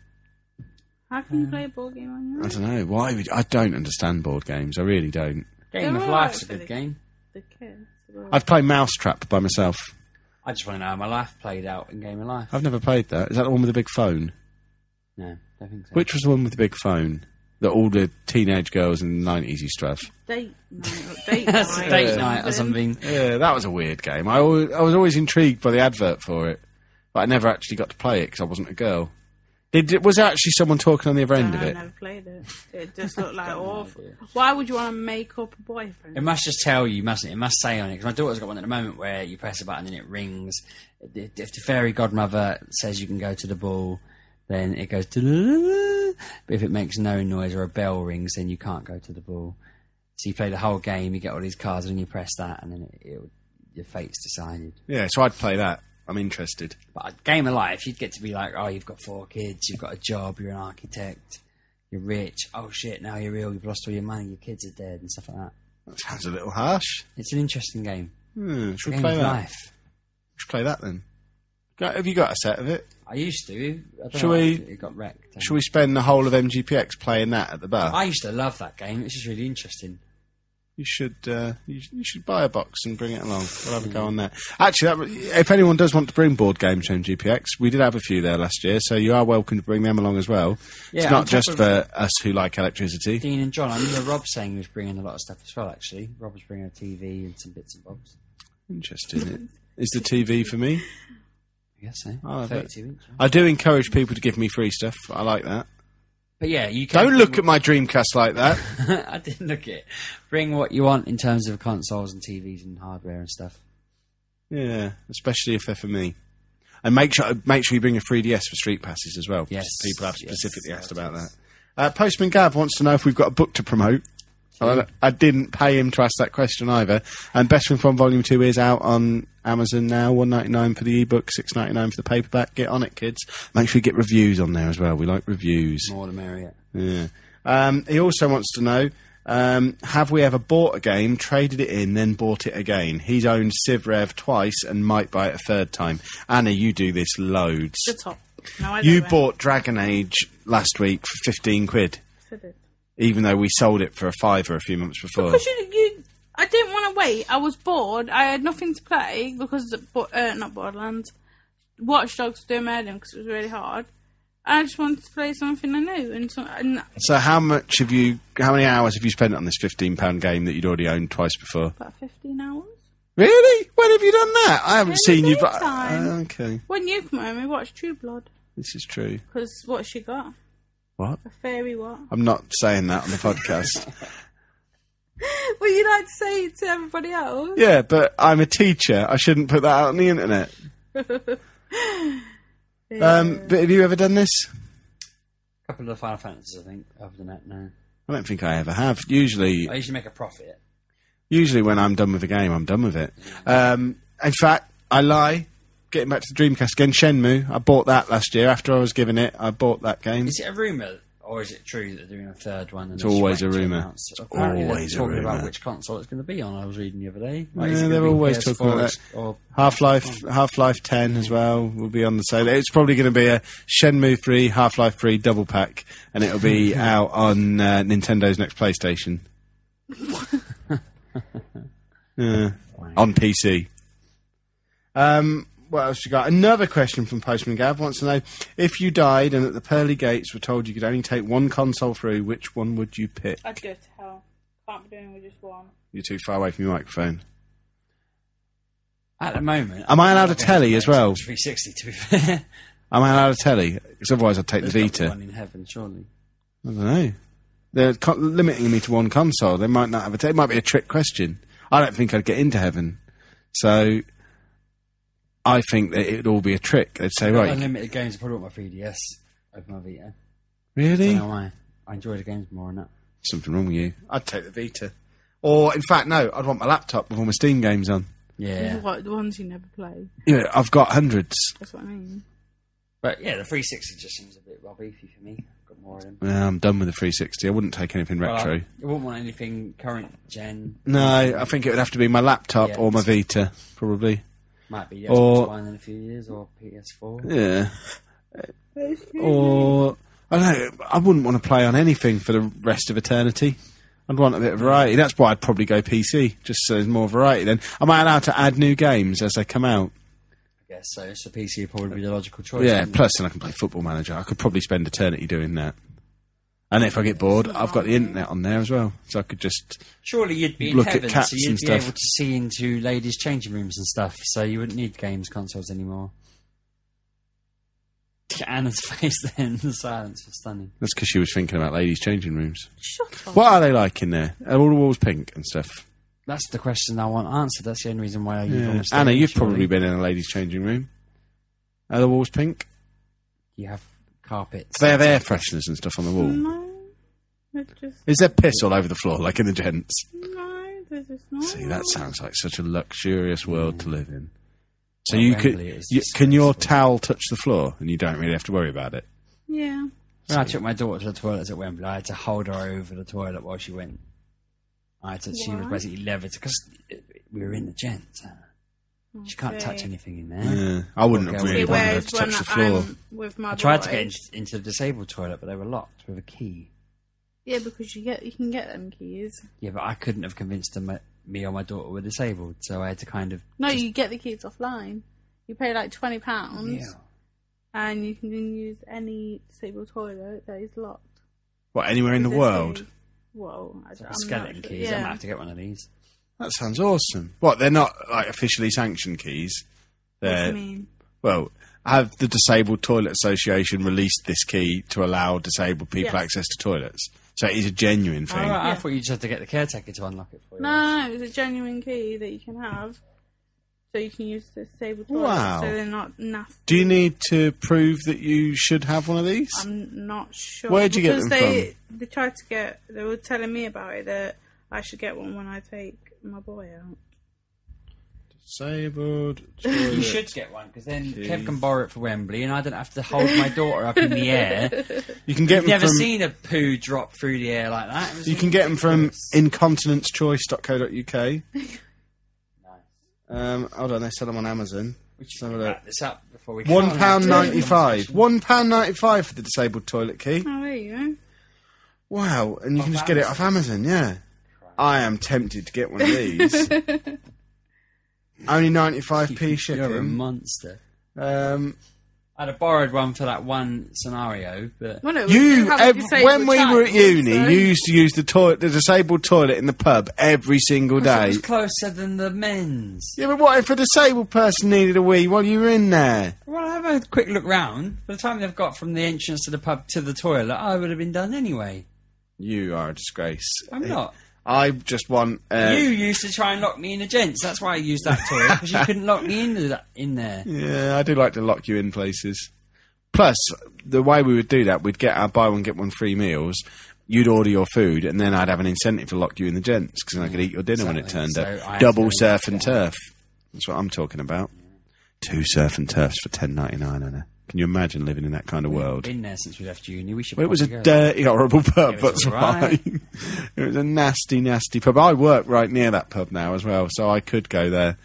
S3: How can
S1: Mm.
S3: you play a board game on your
S1: I
S3: own?
S1: don't know why. Would, I don't understand board games. I really don't.
S2: Game
S3: They're
S2: of
S3: all
S2: Life's a
S3: right for
S2: good
S3: the-
S2: game.
S3: The kids. well,
S1: I'd play Mousetrap by myself.
S2: I just want to know how my life played out in Game of Life.
S1: I've never played that. Is that the one with the big phone?
S2: No, don't think so.
S1: Which was the one with the big phone that all the teenage girls in the nineties used to have?
S3: Date night. Or date
S2: That's
S3: night.
S2: a date night or something.
S1: Yeah, that was a weird game. I always, I was always intrigued by the advert for it, but I never actually got to play it because I wasn't a girl. Did, was there actually someone talking on the other end of
S3: I
S1: it?
S3: never played it. It just looked like awful.
S2: idea.
S3: Why would you want to make up a
S2: It
S3: boyfriend?
S2: must just tell you, mustn't it? It must say on it. Because my daughter's got one at the moment where you press a button and it rings. If if the fairy godmother says you can go to the ball, then it goes. "Da-da-da-da." But if it makes no noise or a bell rings, then you can't go to the ball. So you play the whole game. You get all these cards, and you press that, and then it, it would- your fate's decided.
S1: Yeah, so I'd play that. I'm interested.
S2: But a game of life, you'd get to be like, oh, you've got four kids, you've got a job, you're an architect, you're rich. Oh shit, now you're ill. You've lost all your money. Your kids are dead and stuff like that.
S1: That sounds a little harsh.
S2: It's an interesting game.
S1: Hmm, should we
S2: Game
S1: play
S2: of
S1: that?
S2: life.
S1: Should we play that then. Go- Have you got a set of it?
S2: I used to. I don't
S1: Shall
S2: know,
S1: we-
S2: It got wrecked.
S1: Should we spend the whole of MGPX playing that at the bar?
S2: I used to love that game. It's just really interesting.
S1: You should uh, you, sh- you should buy a box and bring it along. We'll have a go on that. Actually, that, if anyone does want to bring board games home GPX, we did have a few there last year, so you are welcome to bring them along as well.
S2: Yeah,
S1: it's
S2: on
S1: not
S2: top
S1: just
S2: of-
S1: for us who like electricity.
S2: Dean and John. I remember Rob saying he was bringing a lot of stuff as well. Actually, Rob was bringing a TV and some bits and bobs.
S1: Interesting. Is the TV for me?
S2: I guess so.
S1: Oh, I bet.
S2: Thirty-two inch.
S1: I do encourage people to give me free stuff. I like that.
S2: But yeah, you can
S1: Don't look at my Dreamcast like that.
S2: I didn't look at it. Bring what you want in terms of consoles and TVs and hardware and stuff.
S1: Yeah, especially if they're for me. And make sure make sure you bring a 3DS for street passes as well.
S2: Yes,
S1: people have
S2: yes,
S1: specifically
S2: yes,
S1: asked about that.
S2: yes.
S1: Uh, Postman Gav wants to know if we've got a book to promote. I, I didn't pay him to ask that question either. And Best Friend From Volume Two is out on Amazon now. One ninety nine for the ebook, six ninety nine for the paperback. Get on it, kids. Make sure you get reviews on there as well. We like reviews.
S2: More the merrier.
S1: Yeah. Um, he also wants to know um, Have we ever bought a game, traded it in, then bought it again? He's owned Civ Rev twice and might buy it a third time. Anna, you do this loads.
S3: The top. No, I
S1: You
S3: don't
S1: bought Dragon Age last week for 15 quid,
S3: Because
S1: even though we sold it for a fiver a few months before.
S3: you, you, I didn't want to wait. I was bored. I had nothing to play because, the- bo- uh, not Borderlands, Watch Dogs Doom Eden because it was really hard. I just wanted to play something I knew, and, so, and
S1: So, how much have you, how many hours have you spent on this £15 game that you'd already owned twice before?
S3: about 15 hours.
S1: Really? When have you done that? I haven't
S3: Every
S1: seen you.
S3: free time.
S1: Uh, okay,
S3: When you come home, we watched True Blood
S1: this is true.
S3: because what she got?
S1: What?
S3: A fairy what?
S1: I'm not saying that on the podcast.
S3: Well, you like to say it to everybody else.
S1: Yeah, but I'm a teacher. I shouldn't put that out on the internet. Um, but have you ever done this?
S2: A couple of Final Fantasies, I think. Other than that, no.
S1: I don't think I ever have. Usually,
S2: I usually make a profit.
S1: usually when I'm done with a game, I'm done with it. Um, in fact, I lie. Getting back to the Dreamcast again, Shenmue. I bought that last year after I was given it. I bought that game.
S2: Is it a rumor or is it true that they're doing a third one? And
S1: It's
S2: they're just
S1: always a
S2: waiting to
S1: rumour.
S2: announce? Apparently they're
S1: always a
S2: talking about
S1: rumour.
S2: which console it's going to be on. I was reading the other day.
S1: Yeah,
S2: is it gonna
S1: they're
S2: be
S1: always
S2: PS4
S1: talking about
S2: Or
S1: Half Life, Half Life Ten as well will be on the sale. It's probably going to be a Shenmue Three, Half Life Three double pack, and it'll be out on uh, Nintendo's next PlayStation. Yeah. on PC. Um, what else you got? Another question from Postman Gav wants to know if you died and at the pearly gates were told you could only take one console through, which one would you pick?
S3: I'd go to hell. Can't be doing with just one.
S1: You're too far away from your microphone.
S2: at the moment,
S1: Am I allowed a
S2: I'm
S1: telly
S2: playing
S1: as well?
S2: 360, to be fair.
S1: Am I allowed a telly? 'Cause otherwise, I'd take
S2: There's
S1: the
S2: got to be
S1: Vita.
S2: One in heaven, surely.
S1: I don't know. They're co- limiting me to one console. They might not have a. T- it might be a trick question. I don't think I'd get into heaven. So I think that it'd all be a trick. They'd say, right,
S2: Unlimited games. I probably want my 3DS over my Vita.
S1: really?
S2: Don't know why. I enjoy the games more on that.
S1: something wrong with you. I'd take the Vita. Or, in fact, no, I'd want my laptop with all my Steam games on.
S2: Yeah.
S3: What the ones you never play?
S1: You know, I've got hundreds.
S3: That's what I mean.
S2: But yeah, the 360 just seems a bit Rob beefy for me. I've got more of them.
S1: Nah, I'm done with the 360. I wouldn't take anything retro.
S2: I wouldn't want anything current gen.
S1: No, I think it would have to be my laptop
S2: Yeah.
S1: or my Vita, probably.
S2: Might be
S1: Or-
S2: Xbox One in a few years or PS4.
S1: Yeah. Or I don't know. I wouldn't want to play on anything for the rest of eternity. I'd want a bit of variety. That's why I'd probably go PC, just so there's more variety. Then am I allowed to add new games as they come out?
S2: I guess so. So PC would probably be the logical choice.
S1: Yeah.
S2: wouldn't it?
S1: Plus, then I can play Football Manager. I could probably spend eternity doing that. And if I get bored, I've got the internet on there as well, so I could just
S2: Surely you'd be in
S1: Look at
S2: heaven,
S1: cats
S2: so you'd
S1: and
S2: be
S1: stuff.
S2: able to see into ladies' changing rooms and stuff. So you wouldn't need games consoles anymore. Anna's face then. The silence was stunning.
S1: That's because she was thinking about ladies' changing rooms.
S3: Shut up.
S1: What are they like in there? Are all the walls pink and stuff?
S2: That's the question I want answered. That's the only reason why I yeah.
S1: Yeah. Anna, you've probably been in a ladies' changing room. Are the walls pink?
S2: You have carpets.
S1: They have air fresheners and stuff on the wall.
S3: No. They're just,
S1: Is there piss all over the floor, like in the gents?
S3: no, they're just not.
S1: See, that sounds like such a luxurious world to live in. So
S2: Well,
S1: you could,
S2: Wembley is
S1: you, can your
S2: disgraceful.
S1: towel touch the floor, and you don't really have to worry about it.
S3: Yeah.
S2: When I took my daughter to the toilets at Wembley, I had to hold her over the toilet while she went. I had to, she was
S3: Why?
S2: basically levied because we were in the gents. Anna. She can't touch
S3: Okay.
S2: anything in there.
S1: Yeah, I wouldn't
S2: Okay,
S1: have
S2: well,
S1: really
S3: It
S1: wanted her
S3: wears
S1: to
S3: when
S1: touch the floor.
S3: I'm with my
S2: I tried to
S3: daughter.
S2: get in, into the disabled toilet, but they were locked with a key.
S3: Yeah, because you get you can get them keys.
S2: Yeah, but I couldn't have convinced them that me or my daughter were disabled, so I had to kind of.
S3: No, you get the keys offline. You pay like twenty pounds,
S2: Yeah.
S3: and you can then use any disabled toilet that is locked
S1: What, anywhere in the
S3: Is it
S1: world?
S3: safe? Whoa, I don't,
S2: A
S3: I'm
S2: skeleton
S3: not sure.
S2: keys. I might
S3: Yeah.
S2: have to get one of these.
S1: That sounds awesome. What, they're not like officially sanctioned keys?
S3: What do
S1: They're
S3: you mean?
S1: Well, have the Disabled Toilet Association released this key to allow disabled people
S3: Yes.
S1: access to toilets? So it is a genuine
S2: All
S1: thing.
S2: right, I
S3: Yeah.
S2: thought you just had to get the caretaker to unlock it for you.
S3: No, it's a genuine key that you can have, so you can use the disabled toilet.
S1: Wow.
S3: So they're not nasty.
S1: Do you need to prove that you should have one of these?
S2: Um,
S3: I'm not sure.
S1: Where'd you get
S3: Because
S1: them
S3: they, from? They tried to get. They were telling me about it that I should get one when I take my boy out.
S1: Disabled.
S2: You should get one because then Kev can borrow it for Wembley, and I don't have to hold my daughter up in the air.
S1: You can get
S2: I've
S1: them
S2: never
S1: from.
S2: seen a poo drop through the air like that. It was
S1: you can get them from
S2: ridiculous.
S1: incontinencechoice.co.uk. Um, hold on, they sell them on Amazon.
S2: We should
S1: Let's have a look.
S2: wrap this up before we.
S1: One
S2: go on.
S1: pound ninety five. One pound ninety five for the disabled toilet key.
S3: Oh, there you go.
S1: Wow, and you can
S2: Off
S1: just get it off Amazon. Yeah, I am tempted to get one of these. Only ninety five p
S2: You're a
S1: shipping.
S2: monster.
S1: Um,
S2: I'd have borrowed one for that one scenario, but
S3: Well, no, we do
S1: you,
S3: have a
S1: ev-
S3: disabled
S1: when we were at
S3: child,
S1: uni,
S3: so-
S1: you used to use the toilet, the disabled toilet in the pub every single
S2: it
S1: day.
S2: was closer than the men's.
S1: Yeah, but what if a disabled person needed a wee while you were in there?
S2: Well, have a quick look round. By the time they've got from the entrance to the pub to the toilet, I would have been done anyway.
S1: You are a disgrace.
S2: I'm not.
S1: I just want. Uh,
S2: you used to try and lock me in a gents. That's why I used that toilet because you couldn't lock me in the, in there.
S1: Yeah, I do like to lock you in places. Plus, the way we would do that, we'd get our buy one get one free meals. You'd order your food, and then I'd have an incentive to lock you in the gents because I could eat your dinner when it
S2: Exactly.
S1: turned
S2: So I
S1: up.
S2: had
S1: Double
S2: to-
S1: surf and turf. That's what I'm talking about. Two surf and turfs for ten ninety nine. Anna, can you imagine living in that kind of world?
S2: Been there since we left uni. We should.
S1: Well, it was a
S2: probably go.
S1: dirty, horrible pub.
S2: It was
S1: That's
S2: alright.
S1: why. it was a nasty, nasty pub. I work right near that pub now as well, so I could go there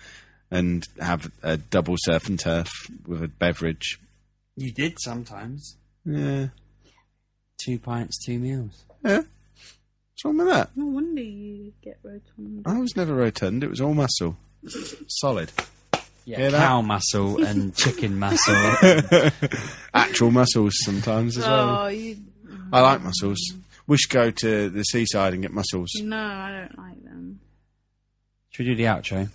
S1: and have a double surf and turf with a beverage.
S2: You did sometimes.
S1: Yeah,
S2: Two pints, two meals.
S1: yeah. What's wrong with that?
S3: No wonder you get rotund.
S1: I was never rotund. It was all muscle, solid,
S2: Yeah,
S1: Hear that?
S2: cow muscle and chicken muscle.
S1: actual muscles sometimes as well.
S3: Oh, you,
S1: I like muscles. We should go to the seaside and get muscles.
S3: no, I don't like them.
S2: should we do the outro?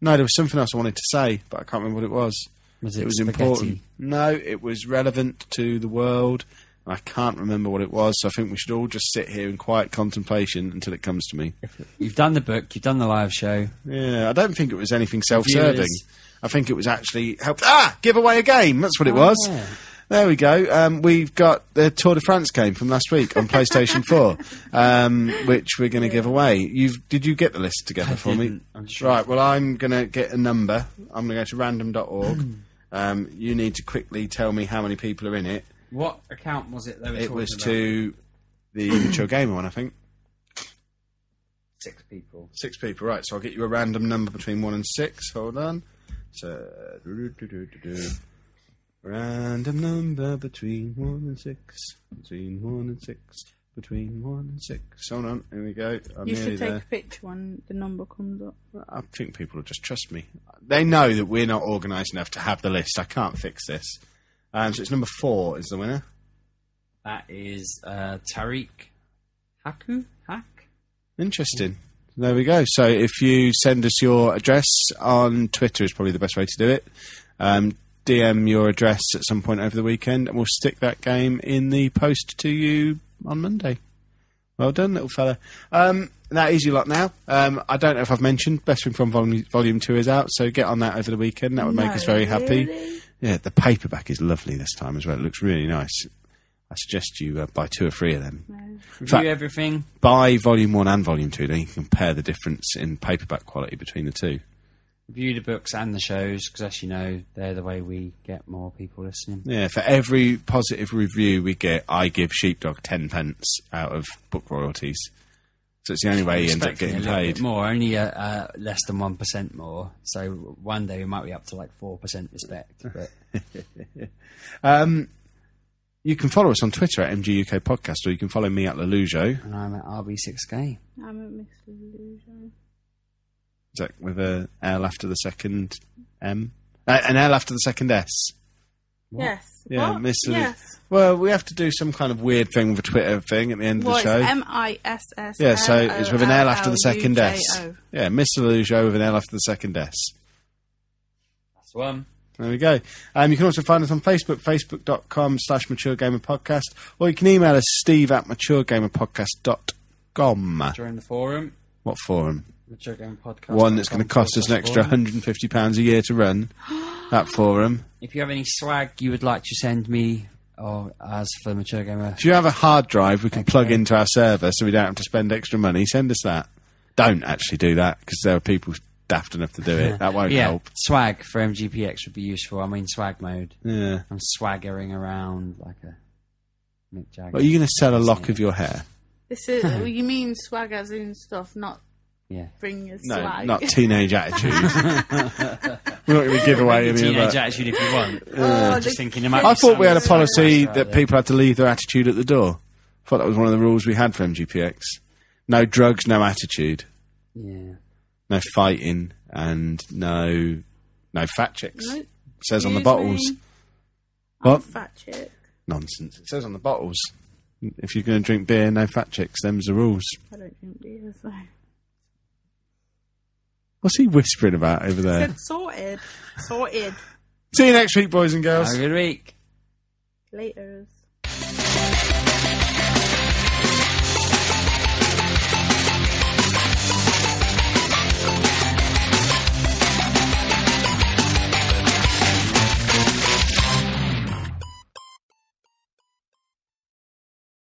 S1: No, there was something else I wanted to say, but I can't remember what it was.
S2: Was
S1: it was
S2: spaghetti?
S1: important. No, it was relevant to the world. and I can't remember what it was, so I think we should all just sit here in quiet contemplation until it comes to me.
S2: You've done the book. You've done the live show.
S1: Yeah, I don't think it was anything self-serving.
S2: Viewers.
S1: I think it was actually help. Ah, give away a game. That's what it was.
S2: Yeah.
S1: There we go. Um, we've got the Tour de France game from last week on PlayStation 4, um, which we're going to give away. You've, did you get the list together for me?
S2: didn't, I'm sure.
S1: Right, well, I'm going to get a number. I'm going to go to
S2: Hmm.
S1: random.org. um, you need to quickly tell me how many people are in it.
S2: What account was it? They were
S1: It was
S2: two,
S1: to the Mature Gamer one, I think.
S2: six people.
S1: Six people, right. So I'll get you a random number between one and six. Hold on. So, do-do-do-do-do. random number between one and six. Between one and six. Between one and six. Hold on. Here we go. I'm
S3: You
S1: nearly
S3: should take
S1: there.
S3: a picture when the number comes up.
S1: I think people will just trust me. They know that we're not organised enough to have the list. I can't fix this. Um, so it's number four is the winner.
S2: That is uh, Tariq Haku Hak.
S1: Interesting. There we go. So if you send us your address on Twitter is probably the best way to do it. Um, DM your address at some point over the weekend, and we'll stick that game in the post to you on Monday. Well done, little fella. Um, that is your lot now. Um, I don't know if I've mentioned Best Thing from Volume, volume Two is out, so get on that over the weekend. That would make
S3: No,
S1: us very happy.
S3: really?
S1: Yeah, the paperback is lovely this time as well. It looks really nice. I suggest you uh, buy two or three of them.
S2: Review
S1: fact-
S2: everything.
S1: buy volume one and volume two, then you can compare the difference in paperback quality between the two.
S2: Review the books and the shows because, as you know, they're the way we get more people listening.
S1: Yeah, for every positive review we get, I give Sheepdog ten pence out of book royalties. So it's the only way he ends up
S2: Expecting
S1: getting
S2: a little
S1: paid.
S2: bit more, only uh, uh, less than one percent more. So one day we might be up to like four percent respect. But
S1: You can follow us on Twitter at MGUK Podcast, or you can follow me at Lelujo.
S2: and I'm at RB6K.
S3: I'm at Miss Illusion.
S1: Is that with a L after the second M? Uh, an L after the second S.
S3: Yes.
S1: Yeah,
S3: What?
S1: Miss Illu-
S3: Yes.
S1: Well, we have to do some kind of weird thing with a Twitter thing at the end of
S3: Well,
S1: the
S3: it's
S1: show.
S3: M I S S.
S1: Yeah, so it's with an L after the second S. Yeah, Mr. Lujo with an L after the second S.
S2: That's the one.
S1: There we go. Um, you can also find us on Facebook, facebook.com slash Mature Gamer Podcast, or you can email us, steve at maturegamerpodcast.com.
S2: Join the forum.
S1: What forum?
S2: Mature Game Podcast.
S1: One that's going to cost us an extra £150 a year to run. That forum.
S2: If you have any swag you would like to send me, or as for Mature Gamer,
S1: If you have a hard drive, we can plug into our server so we don't have to spend extra money. Send us that. Don't actually do that because there are people daft enough to do it. That won't
S2: yeah,
S1: help.
S2: swag for MGPX would be useful. I mean, swag mode.
S1: Yeah.
S2: I'm swaggering around like a Mick Jagger.
S1: Are you going to sell a lock of your hair?
S3: This is well, you mean swag as in stuff, not
S2: yeah.
S3: bring your
S1: No,
S3: swag.
S1: not teenage attitude. We're not going to give away any of
S2: Teenage
S1: that.
S2: attitude, if you want.
S3: Oh,
S2: Just
S3: the-
S2: thinking, there might
S1: I thought we had a
S2: some-
S1: policy
S2: Right
S1: that
S2: there.
S1: people had to leave their attitude at the door. I thought that was one of the rules we had for MGPX. No drugs, no attitude,
S2: Yeah.
S1: no fighting, and no no fat chicks.
S3: No,
S1: It says on the
S3: excuse
S1: bottles.
S3: me.
S1: What?
S3: Fat chick.
S1: Nonsense. It says on the bottles. If you're going to drink beer, no fat chicks. Them's the rules.
S3: I don't drink beer, so.
S1: What's he whispering about over there?
S3: Said sorted. Sorted.
S1: See you next week, boys and girls.
S2: Have a good week.
S3: Laters.